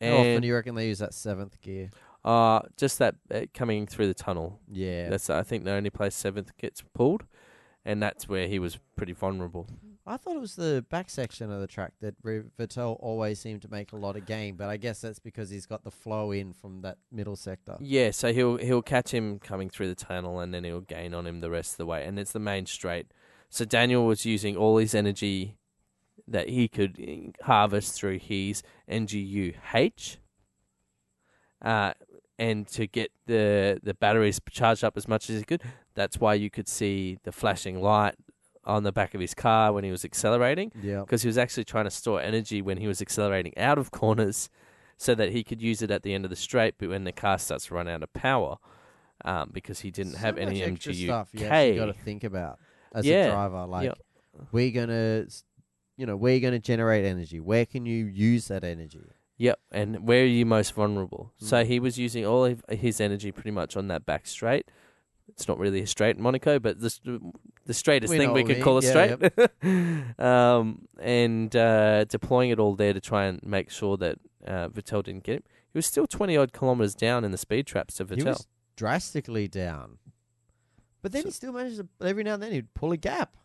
Speaker 1: How often
Speaker 2: and
Speaker 1: do you reckon they use that seventh gear?
Speaker 2: uh, just that uh, coming through the tunnel.
Speaker 1: Yeah,
Speaker 2: That's I think the only place seventh gets pulled, and that's where he was pretty vulnerable.
Speaker 1: I thought it was the back section of the track that Re- Vettel always seemed to make a lot of gain, but I guess that's because he's got the flow in from that middle sector.
Speaker 2: Yeah, so he'll he'll catch him coming through the tunnel, and then he'll gain on him the rest of the way, and it's the main straight. So Daniel was using all his energy that he could eh, harvest through his NGUH, uh, and to get the the batteries charged up as much as he could. That's why you could see the flashing light on the back of his car when he was accelerating.
Speaker 1: Yeah,
Speaker 2: because he was actually trying to store energy when he was accelerating out of corners so that he could use it at the end of the straight but when the car starts to run out of power um, because he didn't
Speaker 1: So
Speaker 2: have any
Speaker 1: much extra stuff you
Speaker 2: MGUK.
Speaker 1: actually got to think about as
Speaker 2: Yeah.
Speaker 1: a driver. Like,
Speaker 2: Yeah.
Speaker 1: we're gonna, s- you know, we're gonna generate energy. Where can you use that energy?
Speaker 2: Yep, and where are you most vulnerable? So
Speaker 1: Mm.
Speaker 2: he was using all of his energy pretty much on that back straight. It's not really a straight in Monaco, but the st- the straightest
Speaker 1: We know
Speaker 2: thing we
Speaker 1: what I
Speaker 2: could call a
Speaker 1: mean. Yeah,
Speaker 2: straight. um, and uh, deploying it all there to try and make sure that uh, Vettel didn't get him. He was still twenty odd kilometers down in the speed traps to Vettel.
Speaker 1: He was drastically down, but then
Speaker 2: So-
Speaker 1: he still managed to. Every now and then he'd pull a gap.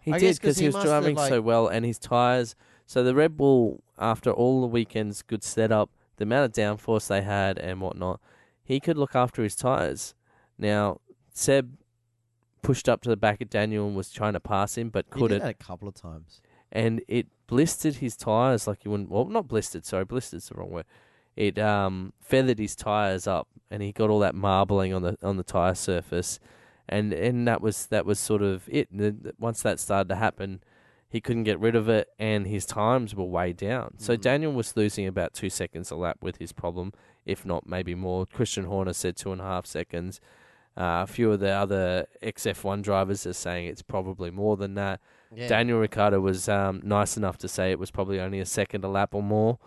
Speaker 2: He
Speaker 1: I
Speaker 2: did
Speaker 1: guess 'cause
Speaker 2: because he,
Speaker 1: he
Speaker 2: was
Speaker 1: must have,
Speaker 2: driving so
Speaker 1: like-
Speaker 2: well, and his tires. So the Red Bull, after all the weekend's good setup, the amount of downforce they had and whatnot, he could look after his tires. Now Seb pushed up to the back of Daniel and was trying to pass him, but
Speaker 1: he did
Speaker 2: couldn't,
Speaker 1: that a couple of times.
Speaker 2: and it blistered his tires like you wouldn't. Well, not blistered. Sorry, blistered's the wrong word. It um, feathered his tires up, and he got all that marbling on the on the tire surface, and and that was that was sort of it. And then once that started to happen, he couldn't get rid of it, and his times were way down. So
Speaker 1: Mhm.
Speaker 2: Daniel was losing about two seconds a lap with his problem, if not maybe more. Christian Horner said two and a half seconds. Uh, a few of the other XF1 drivers are saying it's probably more than that.
Speaker 1: Yeah.
Speaker 2: Daniel Ricciardo was um, nice enough to say it was probably only a second a lap or more.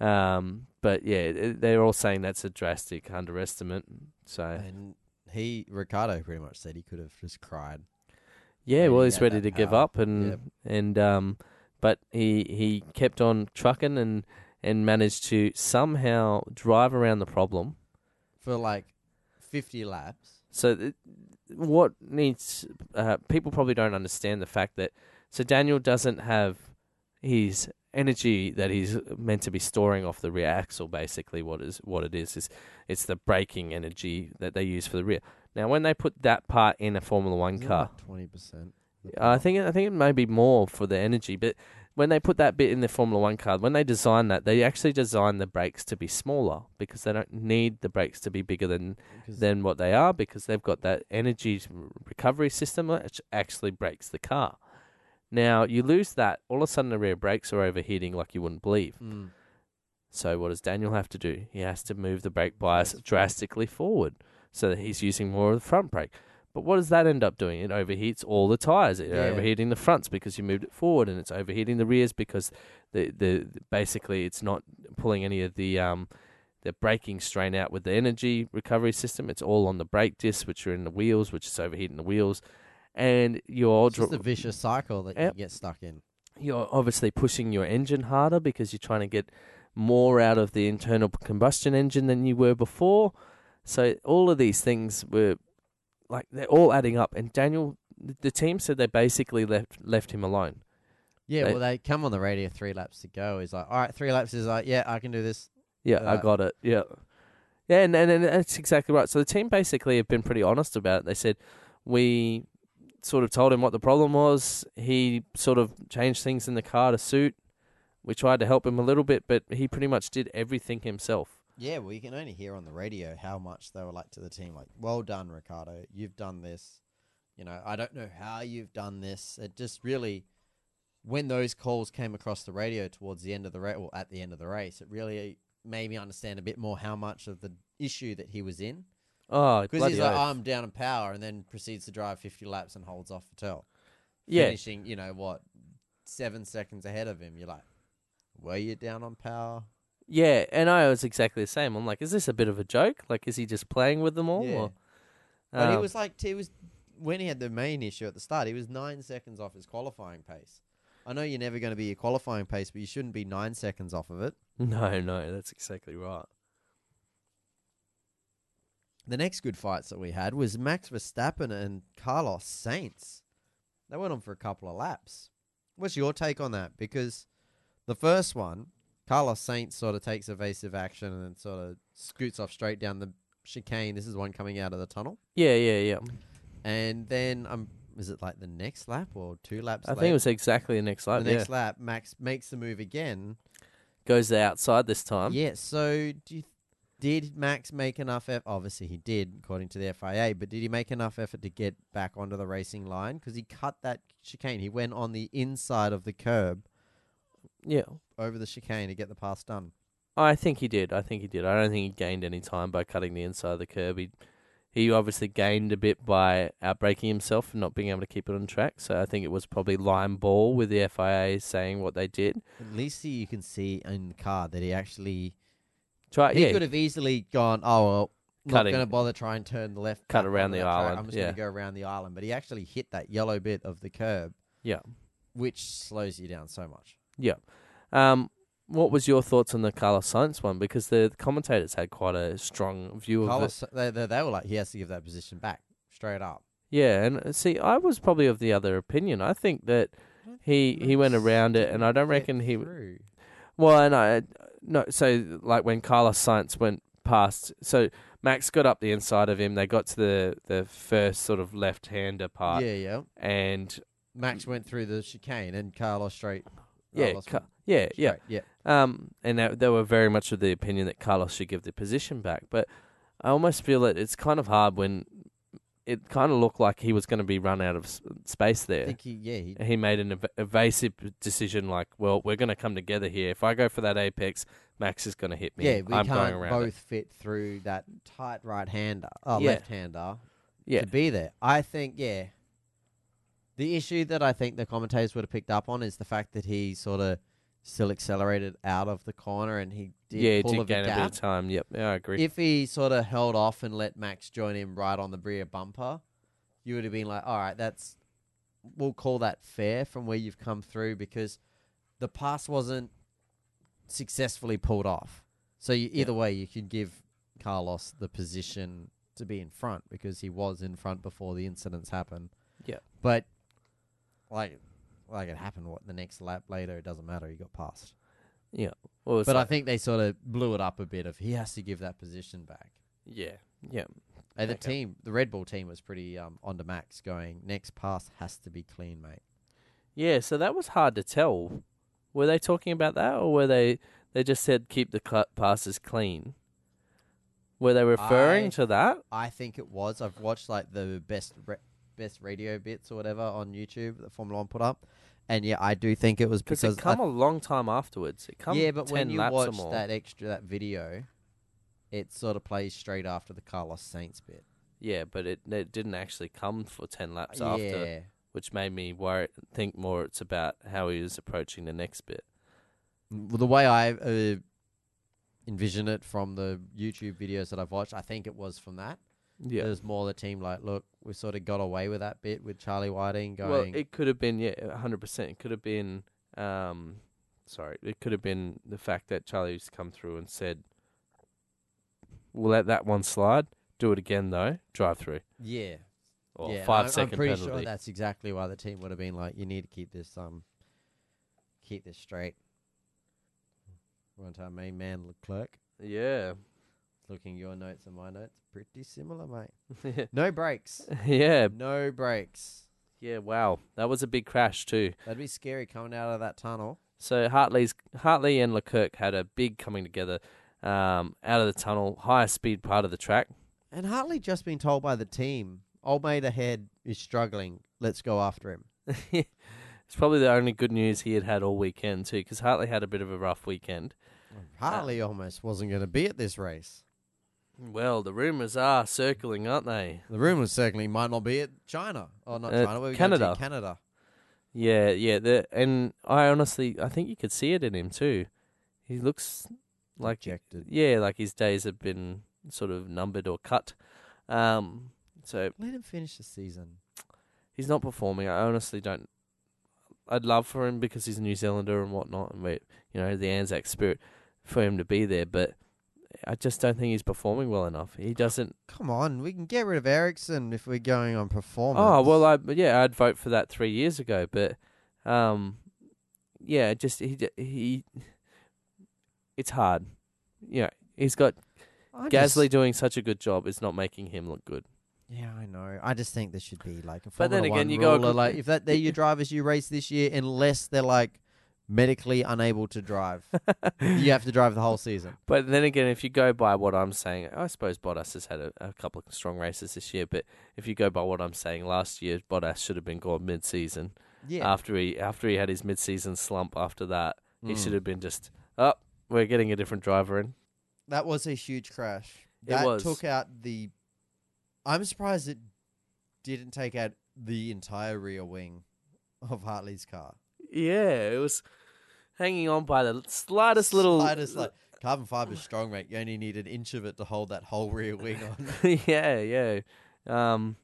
Speaker 2: Um, but yeah, it- they're all saying that's a drastic underestimate. So
Speaker 1: and he Ricardo pretty much said he could have just cried.
Speaker 2: yeah,
Speaker 1: Maybe
Speaker 2: well,
Speaker 1: he
Speaker 2: he's
Speaker 1: had
Speaker 2: ready
Speaker 1: that
Speaker 2: to give
Speaker 1: power.
Speaker 2: up and
Speaker 1: Yep.
Speaker 2: and um, but he he kept on trucking and and managed to somehow drive around the problem.
Speaker 1: for like 50 laps.
Speaker 2: So th- what needs uh, people probably don't understand the fact that so Daniel doesn't have his energy that he's meant to be storing off the rear axle. Basically, what is what it is is it's the braking energy that they use for the rear. Now, when they put that part in a Formula One
Speaker 1: Isn't it
Speaker 2: car,
Speaker 1: like 20%.
Speaker 2: I think I think it may be more for the energy, but when they put that bit in the Formula One car, when they design that, they actually design the brakes to be smaller because they don't need the brakes to be bigger than
Speaker 1: Because
Speaker 2: than what they are because they've got that energy recovery system which actually breaks the car. Now you lose that, all of a sudden the rear brakes are overheating like you wouldn't believe.
Speaker 1: Mm.
Speaker 2: So what does Daniel have to do? He has to move the brake bias drastically forward so that he's using more of the front brake. But what does that end up doing? It overheats all the tires. It's
Speaker 1: Yeah.
Speaker 2: overheating the fronts because you moved it forward, and it's overheating the rears because the the basically it's not pulling any of the um the braking strain out with the energy recovery system. It's all on the brake discs, which are in the wheels, which is overheating the wheels, and you're
Speaker 1: It's just a vicious cycle that
Speaker 2: Yep.
Speaker 1: you get stuck in.
Speaker 2: you're obviously pushing your engine harder because you're trying to get more out of the internal combustion engine than you were before. So all of these things were like they're all adding up. And Daniel, the team said they basically left left him alone.
Speaker 1: Yeah,
Speaker 2: They-
Speaker 1: well, they come on the radio three laps to go. He's like, all right, three laps is like, yeah, I can do this.
Speaker 2: Yeah, I
Speaker 1: Right.
Speaker 2: got it. Yeah. Yeah, and, and, and that's exactly right. So the team basically have been pretty honest about it. They said we sort of told him what the problem was. He sort of changed things in the car to suit. We tried to help him a little bit, but he pretty much did everything himself.
Speaker 1: Yeah, well, you can only hear on the radio how much they were like to the team, like, well done, Ricardo. You've done this. You know, I don't know how you've done this. It just really, when those calls came across the radio towards the end of the race, well, at the end of the race, it really made me understand a bit more how much of the issue that he was in.
Speaker 2: Oh,
Speaker 1: Because he's like,
Speaker 2: bloody oath.
Speaker 1: I'm down in power, and then proceeds to drive 50 laps and holds off Patel.
Speaker 2: yeah,
Speaker 1: Finishing, you know, what, seven seconds ahead of him. You're like, were you down on power?
Speaker 2: Yeah, and I was exactly the same. I'm like, is this a bit of a joke? Like, is he just playing with them all?
Speaker 1: Yeah.
Speaker 2: Or,
Speaker 1: But he
Speaker 2: Um,
Speaker 1: was like, he was when he had the main issue at the start. He was nine seconds off his qualifying pace. I know you're never going to be your qualifying pace, but you shouldn't be nine seconds off of it.
Speaker 2: no, no, that's exactly right.
Speaker 1: The next good fights that we had was Max Verstappen and Carlos Sainz. They went on for a couple of laps. What's your take on that? Because the first one, Carlos Sainz sort of takes evasive action and then sort of scoots off straight down the chicane. This is one coming out of the tunnel.
Speaker 2: Yeah, yeah, yeah.
Speaker 1: And then um, is it like the next lap or two laps
Speaker 2: I
Speaker 1: later?
Speaker 2: think it was exactly the next lap.
Speaker 1: the next
Speaker 2: Oh, yeah.
Speaker 1: lap, Max makes the move again.
Speaker 2: Goes the outside this time.
Speaker 1: yeah, so do you, did Max make enough effort? Obviously, he did, according to the FIA, but did he make enough effort to get back onto the racing line? Because he cut that chicane. He went on the inside of the curb
Speaker 2: Yeah.
Speaker 1: over the chicane to get the pass done.
Speaker 2: I think he did. I think he did. I don't think he gained any time by cutting the inside of the curb. He, he obviously gained a bit by outbreaking himself and not being able to keep it on track. So I think it was probably line ball with the FIA saying what they did.
Speaker 1: At least he- you can see in the car that he actually.
Speaker 2: Try,
Speaker 1: He
Speaker 2: Uh, yeah,
Speaker 1: could have easily gone, oh, well, not
Speaker 2: Cutting-
Speaker 1: going to bother try and turn the left.
Speaker 2: Cut
Speaker 1: back
Speaker 2: around
Speaker 1: onto
Speaker 2: the
Speaker 1: that track.
Speaker 2: island,
Speaker 1: I'm just
Speaker 2: yeah.
Speaker 1: going to go around the island. But he actually hit that yellow bit of the curb.
Speaker 2: Yeah.
Speaker 1: Which slows you down so much.
Speaker 2: Um, what was your thoughts on the Carlos Sainz one? Because the commentators had quite a strong view of it.
Speaker 1: Carlos, they, they, they were like, he has to give that position back straight up.
Speaker 2: Yeah, and uh, see, I was probably of the other opinion. I think that he he went around it, and I don't reckon he. Well, and I no, so like when Carlos Sainz went past, so Max got up the inside of him. They got to the the first sort of left hander part,
Speaker 1: Yeah, yeah.
Speaker 2: and
Speaker 1: Max went through the chicane and Carlos straight.
Speaker 2: yeah,
Speaker 1: Carlos
Speaker 2: Ca-
Speaker 1: went
Speaker 2: yeah, yeah.
Speaker 1: straight, yeah.
Speaker 2: Um, and they, they were very much of the opinion that Carlos should give the position back. But I almost feel that it's kind of hard when it kind of looked like he was going to be run out of s- space
Speaker 1: I
Speaker 2: there.
Speaker 1: think he, yeah, he,
Speaker 2: He made an ev- evasive decision, like, well, we're going to come together here. If I go for that apex, Max is going to hit me.
Speaker 1: yeah. We
Speaker 2: I'm going
Speaker 1: can't
Speaker 2: around. it."
Speaker 1: both fit through that tight right hander, oh,
Speaker 2: Yeah.
Speaker 1: left hander,
Speaker 2: Yeah.
Speaker 1: to be there. I think, yeah. The issue that I think the commentators would have picked up on is the fact that he sort of still accelerated out of the corner and he did
Speaker 2: yeah, it
Speaker 1: pull
Speaker 2: did
Speaker 1: of
Speaker 2: gain
Speaker 1: a
Speaker 2: a bit
Speaker 1: gap.
Speaker 2: of time. Yep, yeah, I agree.
Speaker 1: if he sort of held off and let Max join him right on the rear bumper, you would have been like, all right, that's we'll call that fair from where you've come through because the pass wasn't successfully pulled off. So you, either way, you could give Carlos the position to be in front because he was in front before the incidents happened.
Speaker 2: Yeah.
Speaker 1: but like. Like it happened, what the next lap later, it doesn't matter. He got passed,
Speaker 2: Well, it's
Speaker 1: but I
Speaker 2: like-
Speaker 1: think they sort of blew it up a bit. Of he has to give that position back.
Speaker 2: yeah, yeah,
Speaker 1: Uh, the
Speaker 2: Okay.
Speaker 1: team, the Red Bull team, was pretty um, on to Max going. Next pass has to be clean, mate.
Speaker 2: yeah. So that was hard to tell. Were they talking about that, or were they? They just said keep the cl- passes clean. Were they referring
Speaker 1: I-
Speaker 2: to that?
Speaker 1: I think it was. I've watched like the best re- best radio bits or whatever on YouTube that Formula One put up, and yeah, I do think it was
Speaker 2: Because
Speaker 1: because
Speaker 2: it
Speaker 1: I-
Speaker 2: come a long time afterwards. It come
Speaker 1: yeah, but
Speaker 2: 10
Speaker 1: when you
Speaker 2: laps or
Speaker 1: watch
Speaker 2: more.
Speaker 1: that extra that video, it sort of plays straight after the Carlos Saints bit.
Speaker 2: yeah, but it, it didn't actually come for ten laps
Speaker 1: yeah,
Speaker 2: after, which made me worry, think more. It's about how he was approaching the next bit.
Speaker 1: Well, the way I uh, envision it from the YouTube videos that I've watched, I think it was from that.
Speaker 2: Yeah,
Speaker 1: There's more the team like, look, we sort of got away with that bit with Charlie Whiting going.
Speaker 2: Well, it could have been yeah, hundred percent. It could have been, um, sorry, it could have been the fact that Charlie's come through and said, "We'll let that one slide. Do it again though. Drive through
Speaker 1: yeah,
Speaker 2: or
Speaker 1: yeah, and
Speaker 2: five
Speaker 1: I'm,
Speaker 2: second
Speaker 1: I'm pretty sure
Speaker 2: penalty."
Speaker 1: that's exactly why the team would have been like, you need to keep this um, keep this straight. One time, main man Leclerc,
Speaker 2: yeah,
Speaker 1: looking your notes and my notes, pretty similar, mate. No breaks,
Speaker 2: yeah,
Speaker 1: no breaks.
Speaker 2: yeah. Wow, that was a big crash too.
Speaker 1: That'd be scary coming out of that tunnel.
Speaker 2: So Hartley's Hartley and Leclerc had a big coming together. Um, out of the tunnel, higher speed part of the track.
Speaker 1: And Hartley just been told by the team, old mate ahead is struggling. Let's go after him.
Speaker 2: it's probably the only good news he had had all weekend too, because Hartley had a bit of a rough weekend. Uh,
Speaker 1: Hartley almost wasn't going to be at this race.
Speaker 2: Well, the rumours are circling, aren't they?
Speaker 1: The rumours certainly might not be at China. Oh, not
Speaker 2: Uh,
Speaker 1: China. Where we going to?
Speaker 2: Canada.
Speaker 1: Canada.
Speaker 2: Yeah, yeah. The, and I honestly, I think you could see it in him too. He looks Like
Speaker 1: Ejected.
Speaker 2: yeah, like his days have been sort of numbered or cut. Um, so
Speaker 1: Let him finish the season.
Speaker 2: he's not performing. I honestly don't. I'd love for him because he's a New Zealander and whatnot, and we, you know, the Anzac spirit for him to be there. But I just don't think he's performing well enough. He doesn't.
Speaker 1: Come on, we can get rid of Ericsson if we're going on performance.
Speaker 2: Oh well, I yeah, I'd vote for that three years ago, but um, yeah, it just he d- he, it's hard. Yeah, he's got
Speaker 1: I just-
Speaker 2: Gasly doing such a good job. It's not making him look good.
Speaker 1: Yeah, I know. I just think there should be like a
Speaker 2: But
Speaker 1: Formula
Speaker 2: then again,
Speaker 1: One
Speaker 2: you go
Speaker 1: ruler,
Speaker 2: ac-
Speaker 1: like if that they're your drivers you race this year, unless they're like medically unable to drive, you have to drive the whole season.
Speaker 2: But then again, if you go by what I'm saying, I suppose Bottas has had a, a couple of strong races this year. But if you go by what I'm saying, last year Bottas should have been gone mid-season.
Speaker 1: Yeah,
Speaker 2: After he after he had his mid-season slump, after that Uh, he
Speaker 1: Mm.
Speaker 2: should have been just oh, we're getting a different driver in.
Speaker 1: that was a huge crash.
Speaker 2: It
Speaker 1: That
Speaker 2: was.
Speaker 1: took out the. I'm surprised it didn't take out the entire rear wing of Hartley's car.
Speaker 2: Yeah, it was hanging on by the slightest little.
Speaker 1: Slightest, like carbon fiber's strong, mate. You only need an inch of it to hold that whole rear wing on.
Speaker 2: yeah, yeah. Um,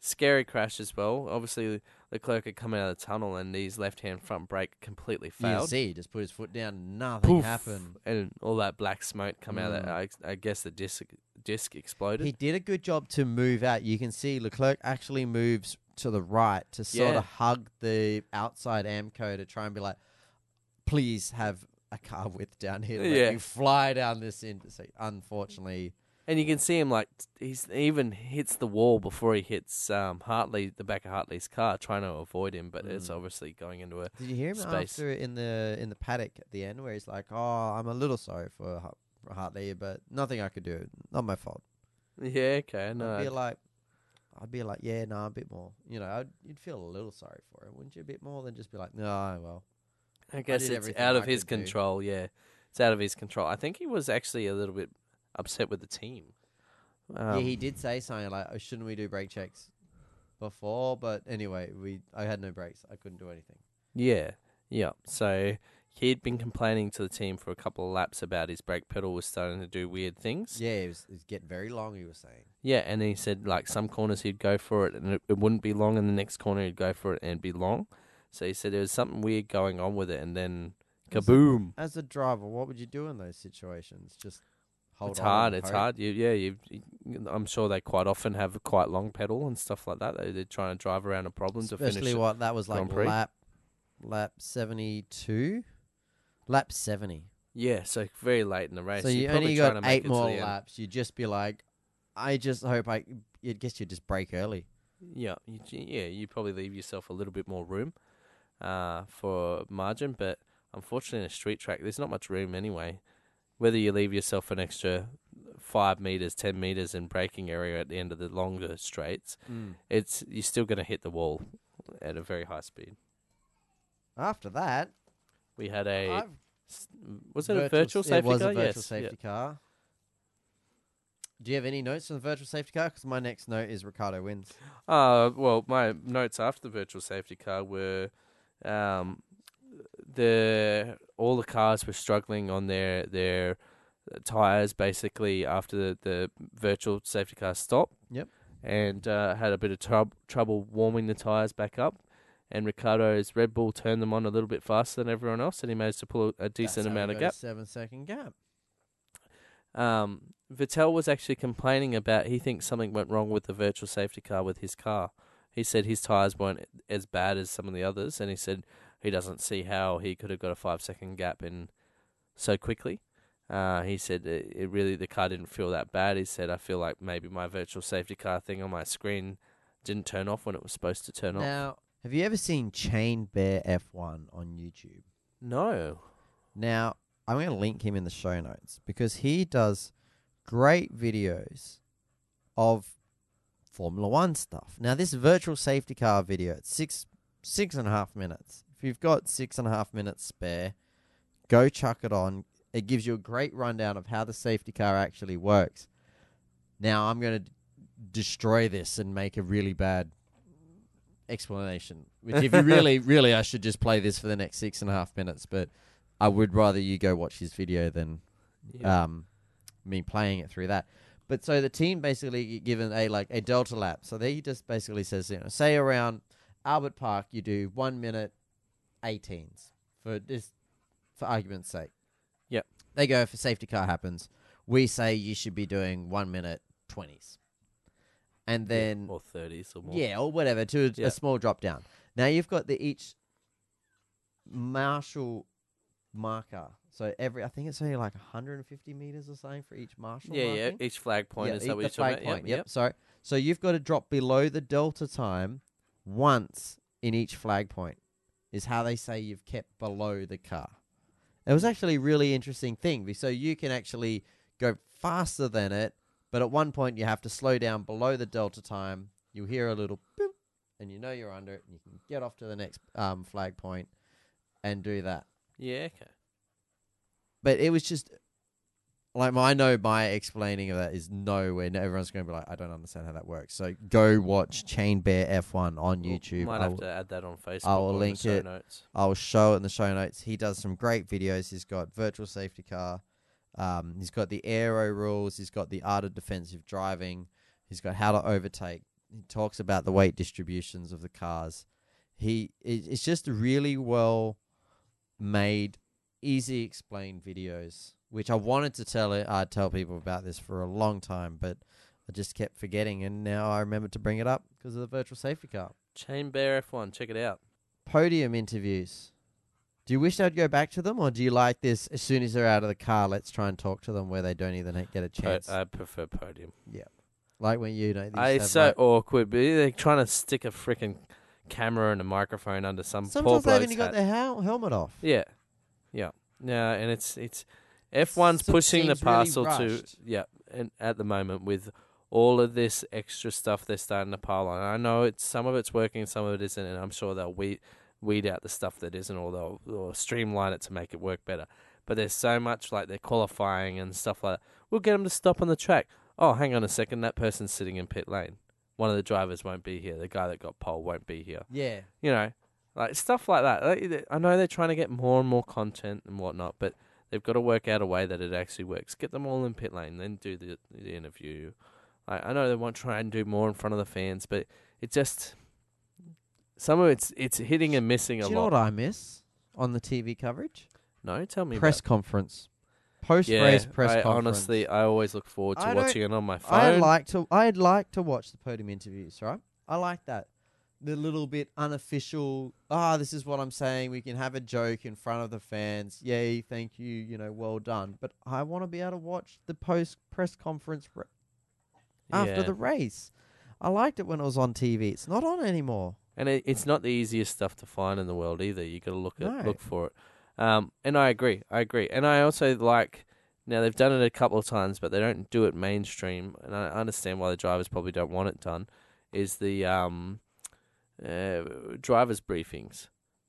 Speaker 2: scary crash as well. Obviously, Leclerc had come out of the tunnel and his left-hand front brake completely
Speaker 1: you
Speaker 2: failed.
Speaker 1: see, he just put his foot down, nothing
Speaker 2: Poof.
Speaker 1: happened.
Speaker 2: and all that black smoke come out. Of that.
Speaker 1: Mm.
Speaker 2: I, ex- I guess the disc disc exploded.
Speaker 1: He did a good job to move out. You can see Leclerc actually moves to the right to sort
Speaker 2: Yeah.
Speaker 1: of hug the outside Amco to try and be like, please have a car width down here. Let
Speaker 2: Yeah.
Speaker 1: you fly down this intersect. Unfortunately,
Speaker 2: and you can see him like t- he's he even hits the wall before he hits um, Hartley, the back of Hartley's car, trying to avoid him. But it's
Speaker 1: Mm.
Speaker 2: obviously going into a
Speaker 1: did you hear him
Speaker 2: Space.
Speaker 1: after in the in the paddock at the end where he's like, "Oh, I'm a little sorry for, Har- for Hartley, but nothing I could do. Not my fault."
Speaker 2: yeah. Okay,
Speaker 1: I'd be
Speaker 2: no,
Speaker 1: like, I'd be like, "Yeah, no, a bit more." You know, I'd, you'd feel a little sorry for him, wouldn't you? A bit more than just be like, "No, well."
Speaker 2: I guess
Speaker 1: did
Speaker 2: it's
Speaker 1: everything
Speaker 2: out
Speaker 1: I
Speaker 2: of his
Speaker 1: could do.
Speaker 2: control. Yeah, it's out of his control. I think he was actually a little bit upset with the team. Um,
Speaker 1: yeah, he did say something like, oh, "Shouldn't we do brake checks before?" But anyway, we I had no brakes. I couldn't do anything.
Speaker 2: Yeah, yeah. So he'd been complaining to the team for a couple of laps about his brake pedal was starting to do weird things.
Speaker 1: Yeah, it was, it was getting very long. He was saying,
Speaker 2: Yeah, and he said like some corners he'd go for it and it, it wouldn't be long, and the next corner he'd go for it and it'd be long. So he said there was something weird going on with it, and then
Speaker 1: Is it-
Speaker 2: kaboom!
Speaker 1: as a driver, what would you do in those situations? Just hold
Speaker 2: It's
Speaker 1: on.
Speaker 2: hard.
Speaker 1: and
Speaker 2: It's
Speaker 1: hope?
Speaker 2: hard. You, yeah, you, you- I'm sure they quite often have a quite long pedal and stuff like that. They, they're trying to drive around a problem to
Speaker 1: Especially
Speaker 2: finish. it.
Speaker 1: what that was like
Speaker 2: Grand Prix.
Speaker 1: lap lap seventy two, lap seventy.
Speaker 2: Yeah, so very late in the race.
Speaker 1: so
Speaker 2: You're
Speaker 1: you
Speaker 2: probably
Speaker 1: only
Speaker 2: trying
Speaker 1: got
Speaker 2: to make it
Speaker 1: eight
Speaker 2: to
Speaker 1: more
Speaker 2: the end.
Speaker 1: laps. You'd just be like, I just hope I. I guess you just break early.
Speaker 2: Yeah, you, j- yeah, you probably leave yourself a little bit more room uh, for margin, but unfortunately, in a street track, there's not much room anyway. Whether you leave yourself an extra five meters, ten meters in braking area at the end of the longer straights, it's you're still going to hit the wall at a very high speed.
Speaker 1: After that,
Speaker 2: We had a
Speaker 1: I've
Speaker 2: s- was it a virtual safety
Speaker 1: It was
Speaker 2: car?
Speaker 1: a virtual
Speaker 2: yes,
Speaker 1: safety car. Do you have any notes on the virtual safety car? Because my next note is Ricardo wins.
Speaker 2: Yeah. Uh, well, my notes after the virtual safety car were um, the all the cars were struggling on their their tires basically after the, the virtual safety car stopped.
Speaker 1: Yep.
Speaker 2: And uh, had a bit of troub trouble warming the tires back up. And Ricardo's Red Bull turned them on a little bit faster than everyone else, and he managed to pull a decent amount of gap.
Speaker 1: Seven second gap.
Speaker 2: Um, Vettel was actually complaining about he thinks something went wrong with the virtual safety car with his car. He said his tires weren't as bad as some of the others, and he said he doesn't see how he could have got a five second gap in so quickly. Uh, he said it, it really the car didn't feel that bad. He said I feel like maybe my virtual safety car thing on my screen didn't turn off when it was supposed to turn off.
Speaker 1: Now, have you ever seen Chain Bear F1 on YouTube?
Speaker 2: No,
Speaker 1: Now, I'm going to link him in the show notes because he does great videos of Formula One stuff. Now, this virtual safety car video, it's six six and a half minutes. If you've got six and a half minutes spare, go chuck it on. It gives you a great rundown of how the safety car actually works. Now, I'm going to destroy this and make a really bad explanation. Which, if you really, really, I should just play this for the next six and a half minutes. But I would rather you go watch his video than
Speaker 2: Yeah.
Speaker 1: um, me playing it through that. But so the team basically g- given a like a delta lap. So they just basically says, you know, say around Albert Park, you do one minute 18s for this, for argument's sake.
Speaker 2: Yep.
Speaker 1: They go for safety car happens. We say you should be doing one minute 20s, and then
Speaker 2: or thirties or more.
Speaker 1: yeah, or whatever to a,
Speaker 2: Yeah.
Speaker 1: a small drop down. Now you've got the each marshal marker. So every I think it's only like 150 meters or something for each marshal.
Speaker 2: yeah, yeah.
Speaker 1: marking.
Speaker 2: Each flag point
Speaker 1: Yeah,
Speaker 2: is
Speaker 1: each-
Speaker 2: that what
Speaker 1: the
Speaker 2: you're talking
Speaker 1: flag
Speaker 2: about?
Speaker 1: point, Yep, Sorry. So you've got to drop below the delta time once in each flag point is how they say you've kept below the car. It was actually a really interesting thing. be- So you can actually go faster than it, but at one point you have to slow down below the delta time. You hear a little boop, and you know you're under it, and you can get off to the next um, flag point and do that
Speaker 2: Yeah, okay.
Speaker 1: but it was just like my, I know my explaining of that is nowhere. No, everyone's going to be like, I don't understand how that works. So go watch Chain Bear F1 on
Speaker 2: Well,
Speaker 1: YouTube.
Speaker 2: Might
Speaker 1: I
Speaker 2: have
Speaker 1: will,
Speaker 2: to add that on Facebook.
Speaker 1: I'll
Speaker 2: or in the
Speaker 1: link
Speaker 2: show
Speaker 1: it.
Speaker 2: Notes.
Speaker 1: I will show it in the show notes. He does some great videos. He's got virtual safety car. Um, he's got the aero rules. He's got the art of defensive driving. He's got how to overtake. He talks about the weight distributions of the cars. He it, it's just really well made, easy explained videos, which I wanted to tell it. I tell people about this for a long time, but I just kept forgetting, and now I remember to bring it up because of the virtual safety car
Speaker 2: Chain Bear F1. Check it out.
Speaker 1: podium interviews. Do you wish they'd go back to them, or do you like this? As soon as they're out of the car, let's try and talk to them where they don't even get a
Speaker 2: Po-
Speaker 1: chance.
Speaker 2: I prefer Podium.
Speaker 1: like when you don't.
Speaker 2: I, it's so awkward. But they're trying to stick a freaking camera and a microphone under some um, poor
Speaker 1: sometimes they
Speaker 2: bloke's
Speaker 1: haven't even got
Speaker 2: hat.
Speaker 1: their hel- helmet off.
Speaker 2: Yeah, yeah, yeah. And it's it's F one's
Speaker 1: So it
Speaker 2: pushing the
Speaker 1: seems really
Speaker 2: parcel to
Speaker 1: rushed.
Speaker 2: yeah, and at the moment with all of this extra stuff they're starting to pile on. I know it's some of it's working, some of it isn't, and I'm sure they'll weed weed out the stuff that isn't, or they'll or streamline it to make it work better. But there's so much like they're qualifying and stuff like that. We'll get them to stop on the track. Oh, hang on a second, that person's sitting in pit lane. One of the drivers won't be here. The guy that got pole won't be here
Speaker 1: Yeah,
Speaker 2: you know, like stuff like that. Like, th- I know they're trying to get more and more content and whatnot, but they've got to work out a way that it actually works. Get them all in pit lane, then do the, the interview. Like, I know they want to try and do more in front of the fans, but it just some of it's it's hitting and missing
Speaker 1: Do
Speaker 2: a
Speaker 1: you know
Speaker 2: lot.
Speaker 1: what I miss on the TV coverage?
Speaker 2: No, tell me.
Speaker 1: Press
Speaker 2: about-
Speaker 1: conference, post
Speaker 2: yeah,
Speaker 1: race press
Speaker 2: I,
Speaker 1: conference.
Speaker 2: honestly, I always look forward to
Speaker 1: I don't-
Speaker 2: watching it on my phone.
Speaker 1: I like to. I'd like to watch the podium interviews. Right, I like that. The little bit unofficial. Ah, this is what I'm saying. We can have a joke in front of the fans. Yay! Thank you. You know, well done. But I want to be able to watch the post press conference r- after
Speaker 2: Yeah.
Speaker 1: the race. I liked it when it was on TV. It's not on anymore.
Speaker 2: and it, it's not the easiest stuff to find in the world either. You got to look at
Speaker 1: No.
Speaker 2: look for it. Um, and I agree, I agree, and I also like. Now they've done it a couple of times, but they don't do it mainstream, and I understand why the drivers probably don't want it done. Is the um, uh, drivers briefings?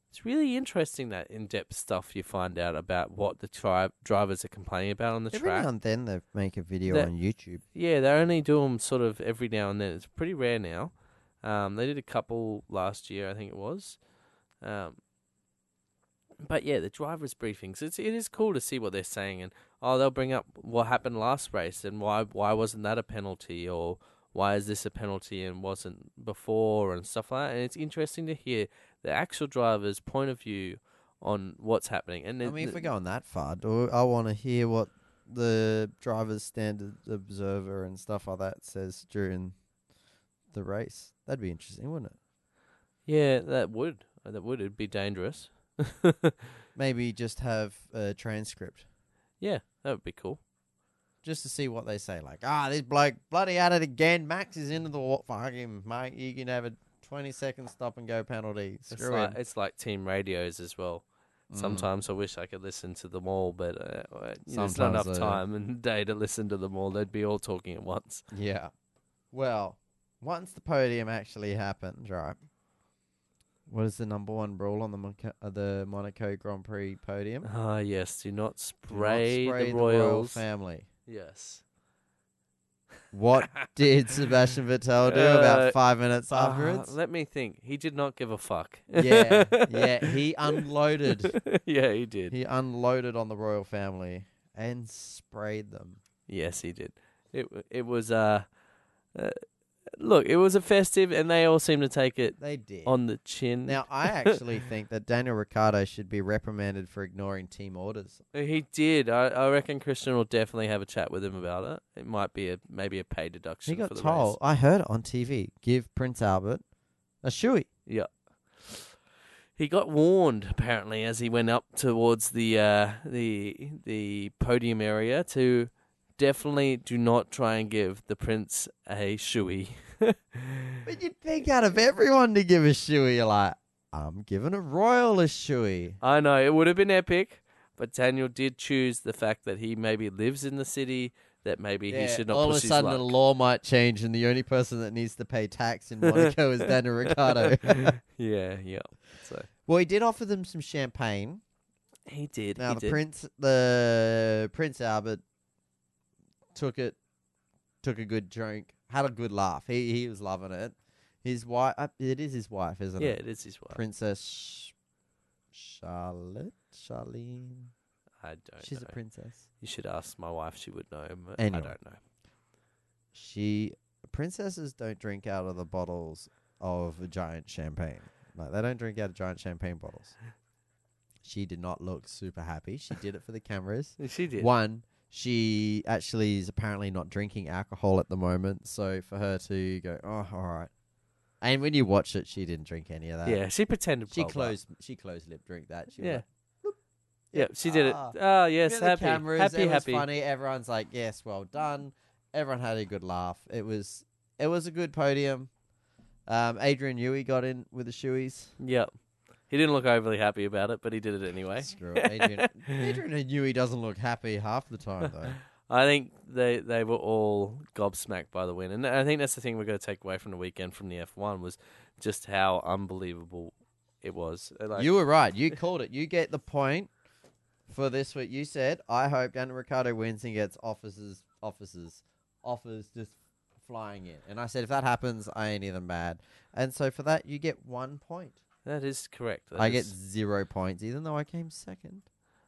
Speaker 2: It's really interesting that in-depth stuff you find out about what the tri- drivers are complaining about on the
Speaker 1: Every
Speaker 2: track.
Speaker 1: now and then they make a video
Speaker 2: That-
Speaker 1: on YouTube.
Speaker 2: Yeah, they only do 'em sort of every now and then. It's pretty rare now. Um, they did a couple last year, I think it was. Um, but yeah, the drivers' briefings. It's it is cool to see what they're saying, and oh, they'll bring up what happened last race and why why wasn't that a penalty or why is this a penalty and wasn't before and stuff like that. And it's interesting to hear the actual driver's point of view on what's happening. And
Speaker 1: I
Speaker 2: it-
Speaker 1: mean, if we're going that far, do I want to hear what the driver's standard observer and stuff like that says during the race. That'd be interesting, wouldn't it?
Speaker 2: yeah, that would that would it'd be dangerous.
Speaker 1: Maybe just have a transcript
Speaker 2: yeah, that would be cool.
Speaker 1: just to see what they say. Like, ah, this bloke bloody at it again. Max is into the wa- fuck him, mate. You can have a twenty second stop and go penalty.
Speaker 2: It's
Speaker 1: Screw
Speaker 2: like,
Speaker 1: him.
Speaker 2: it's like team radios as well.
Speaker 1: Mm.
Speaker 2: Sometimes I wish I could listen to them all, but uh, uh, there's not
Speaker 1: Sometimes
Speaker 2: enough
Speaker 1: they-
Speaker 2: time and day to listen to them all. They'd be all talking at once.
Speaker 1: Yeah. Well, once the podium actually happened, right? What is the number one rule on the Monaco, uh, the Monaco Grand Prix podium?
Speaker 2: Ah, yes. Do not
Speaker 1: Do not
Speaker 2: spray,
Speaker 1: spray
Speaker 2: the royals.
Speaker 1: family.
Speaker 2: yes.
Speaker 1: What did Sebastian Vettel do
Speaker 2: Uh,
Speaker 1: about five minutes
Speaker 2: Ah,
Speaker 1: afterwards?
Speaker 2: let me think. He did not give a fuck.
Speaker 1: yeah, yeah, he unloaded.
Speaker 2: yeah, he did.
Speaker 1: He unloaded on the royal family, and sprayed them.
Speaker 2: Yes, he did. It w- it was uh, uh, look, it was a festive, and they all seemed to take it
Speaker 1: They did.
Speaker 2: on the chin.
Speaker 1: now, I actually think that Daniel Ricciardo should be reprimanded for ignoring team orders.
Speaker 2: he did. I, I reckon Christian will definitely have a chat with him about it. It might be a maybe a pay deduction.
Speaker 1: He got
Speaker 2: for the
Speaker 1: told. I heard it on TV. Give Prince Albert a shoey.
Speaker 2: Race. Yeah. He got warned apparently as he went up towards the uh, the the podium area to definitely do not try and give the prince a shoey.
Speaker 1: But you'd think out of everyone to give a shoey, you're like, I'm giving a royal a shoey.
Speaker 2: I know it would have been epic, but Daniel did choose the fact that he maybe lives in the city that maybe he should not.
Speaker 1: All of
Speaker 2: push
Speaker 1: a sudden,
Speaker 2: his
Speaker 1: the
Speaker 2: luck.
Speaker 1: law might change, and the only person that needs to pay tax in Monaco is Daniel Ricciardo.
Speaker 2: yeah, yeah. So
Speaker 1: well, he did offer them some champagne.
Speaker 2: he did.
Speaker 1: Now
Speaker 2: he
Speaker 1: the
Speaker 2: did.
Speaker 1: prince, the Prince Albert, took it, took a good drink, had a good laugh. He he was loving it. His wife, uh, it is his wife, isn't
Speaker 2: yeah,
Speaker 1: it?
Speaker 2: it is his wife.
Speaker 1: Princess Sh- Charlotte, Charlene.
Speaker 2: I don't.
Speaker 1: She's
Speaker 2: know.
Speaker 1: a princess.
Speaker 2: You should ask my wife; she would know. but
Speaker 1: Anyway.
Speaker 2: I don't know.
Speaker 1: She princesses don't drink out of the bottles of giant champagne. Like they don't drink out of giant champagne bottles. She did not look super happy. She did it for the cameras.
Speaker 2: She did.
Speaker 1: One, she actually is apparently not drinking alcohol at the moment, so for her to go, oh, all right. And when you watch it, she didn't drink any of that.
Speaker 2: Yeah, she pretended.
Speaker 1: she
Speaker 2: well, but-
Speaker 1: closed. She closed lip drink that. She was
Speaker 2: Yeah.
Speaker 1: like,
Speaker 2: Yeah, she did it.
Speaker 1: Ah.
Speaker 2: Ah, yes,
Speaker 1: Look at
Speaker 2: happy,
Speaker 1: the cameras.
Speaker 2: happy,
Speaker 1: it was
Speaker 2: happy.
Speaker 1: funny. Everyone's like, "Yes, well done." Everyone had a good laugh. It was it was a good podium. Um, Adrian Newey got in with the shoeys.
Speaker 2: Yep. He didn't look overly happy about it, but he did it anyway.
Speaker 1: Screw it, Adrian. Adrian Newey doesn't look happy half the time though.
Speaker 2: I think they they were all gobsmacked by the win, and I think that's the thing we're going to take away from the weekend from the F one was just how unbelievable it was. Uh, Like,
Speaker 1: you were right. You called it. You get the point for this. What you said. I hope Daniel Ricciardo wins and gets officers, officers, offers just flying in. And I said, if that happens, I ain't even mad. And so for that, you get one point.
Speaker 2: that is correct. That
Speaker 1: I get
Speaker 2: is-
Speaker 1: zero points, even though I came second.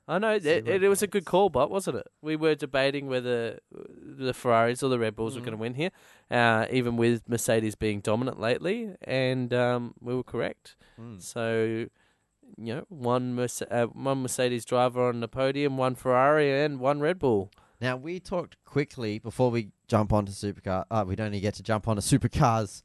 Speaker 2: I know it,
Speaker 1: zero
Speaker 2: it, it was a good
Speaker 1: points.
Speaker 2: call, but wasn't it? We were debating whether uh, the Ferraris or the Red Bulls
Speaker 1: Mhm.
Speaker 2: were going to win here, uh, even with Mercedes being dominant lately, and um, we were correct. So. You know, one Merce- uh, one Mercedes driver on the podium, one Ferrari, and one Red Bull.
Speaker 1: Now we talked quickly before we jump onto supercar. Uh, we don't even get to jump onto supercars.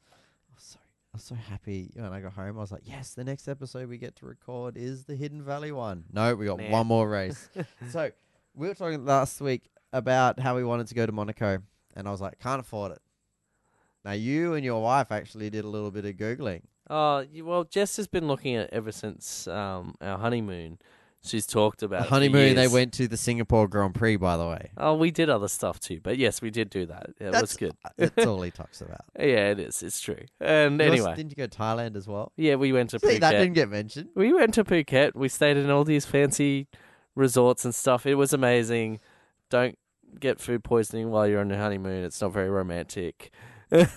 Speaker 1: I'm sorry. I was so happy when I got home. I was like, yes, the next episode we get to record is the Hidden Valley one. No, we got
Speaker 2: Nah.
Speaker 1: one more race. so we were talking last week about how we wanted to go to Monaco, and I was like, can't afford it. Now you and your wife actually did a little bit of googling.
Speaker 2: Oh, y- well, Jess has been looking at it ever since um, our honeymoon. She's talked about
Speaker 1: The
Speaker 2: it for
Speaker 1: honeymoon they
Speaker 2: years.
Speaker 1: went to the Singapore Grand Prix, by the way.
Speaker 2: Oh, we did other stuff too, but yes, we did do that. It was
Speaker 1: That's-
Speaker 2: good.
Speaker 1: That's all he talks about.
Speaker 2: Yeah, it is. It's true. And
Speaker 1: You also-
Speaker 2: anyway,
Speaker 1: didn't you go to Thailand as well?
Speaker 2: yeah, we went to
Speaker 1: See,
Speaker 2: Phuket.
Speaker 1: that didn't get mentioned.
Speaker 2: We went to Phuket. We stayed in all these fancy resorts and stuff. It was amazing. Don't get food poisoning while you're on your honeymoon. It's not very romantic.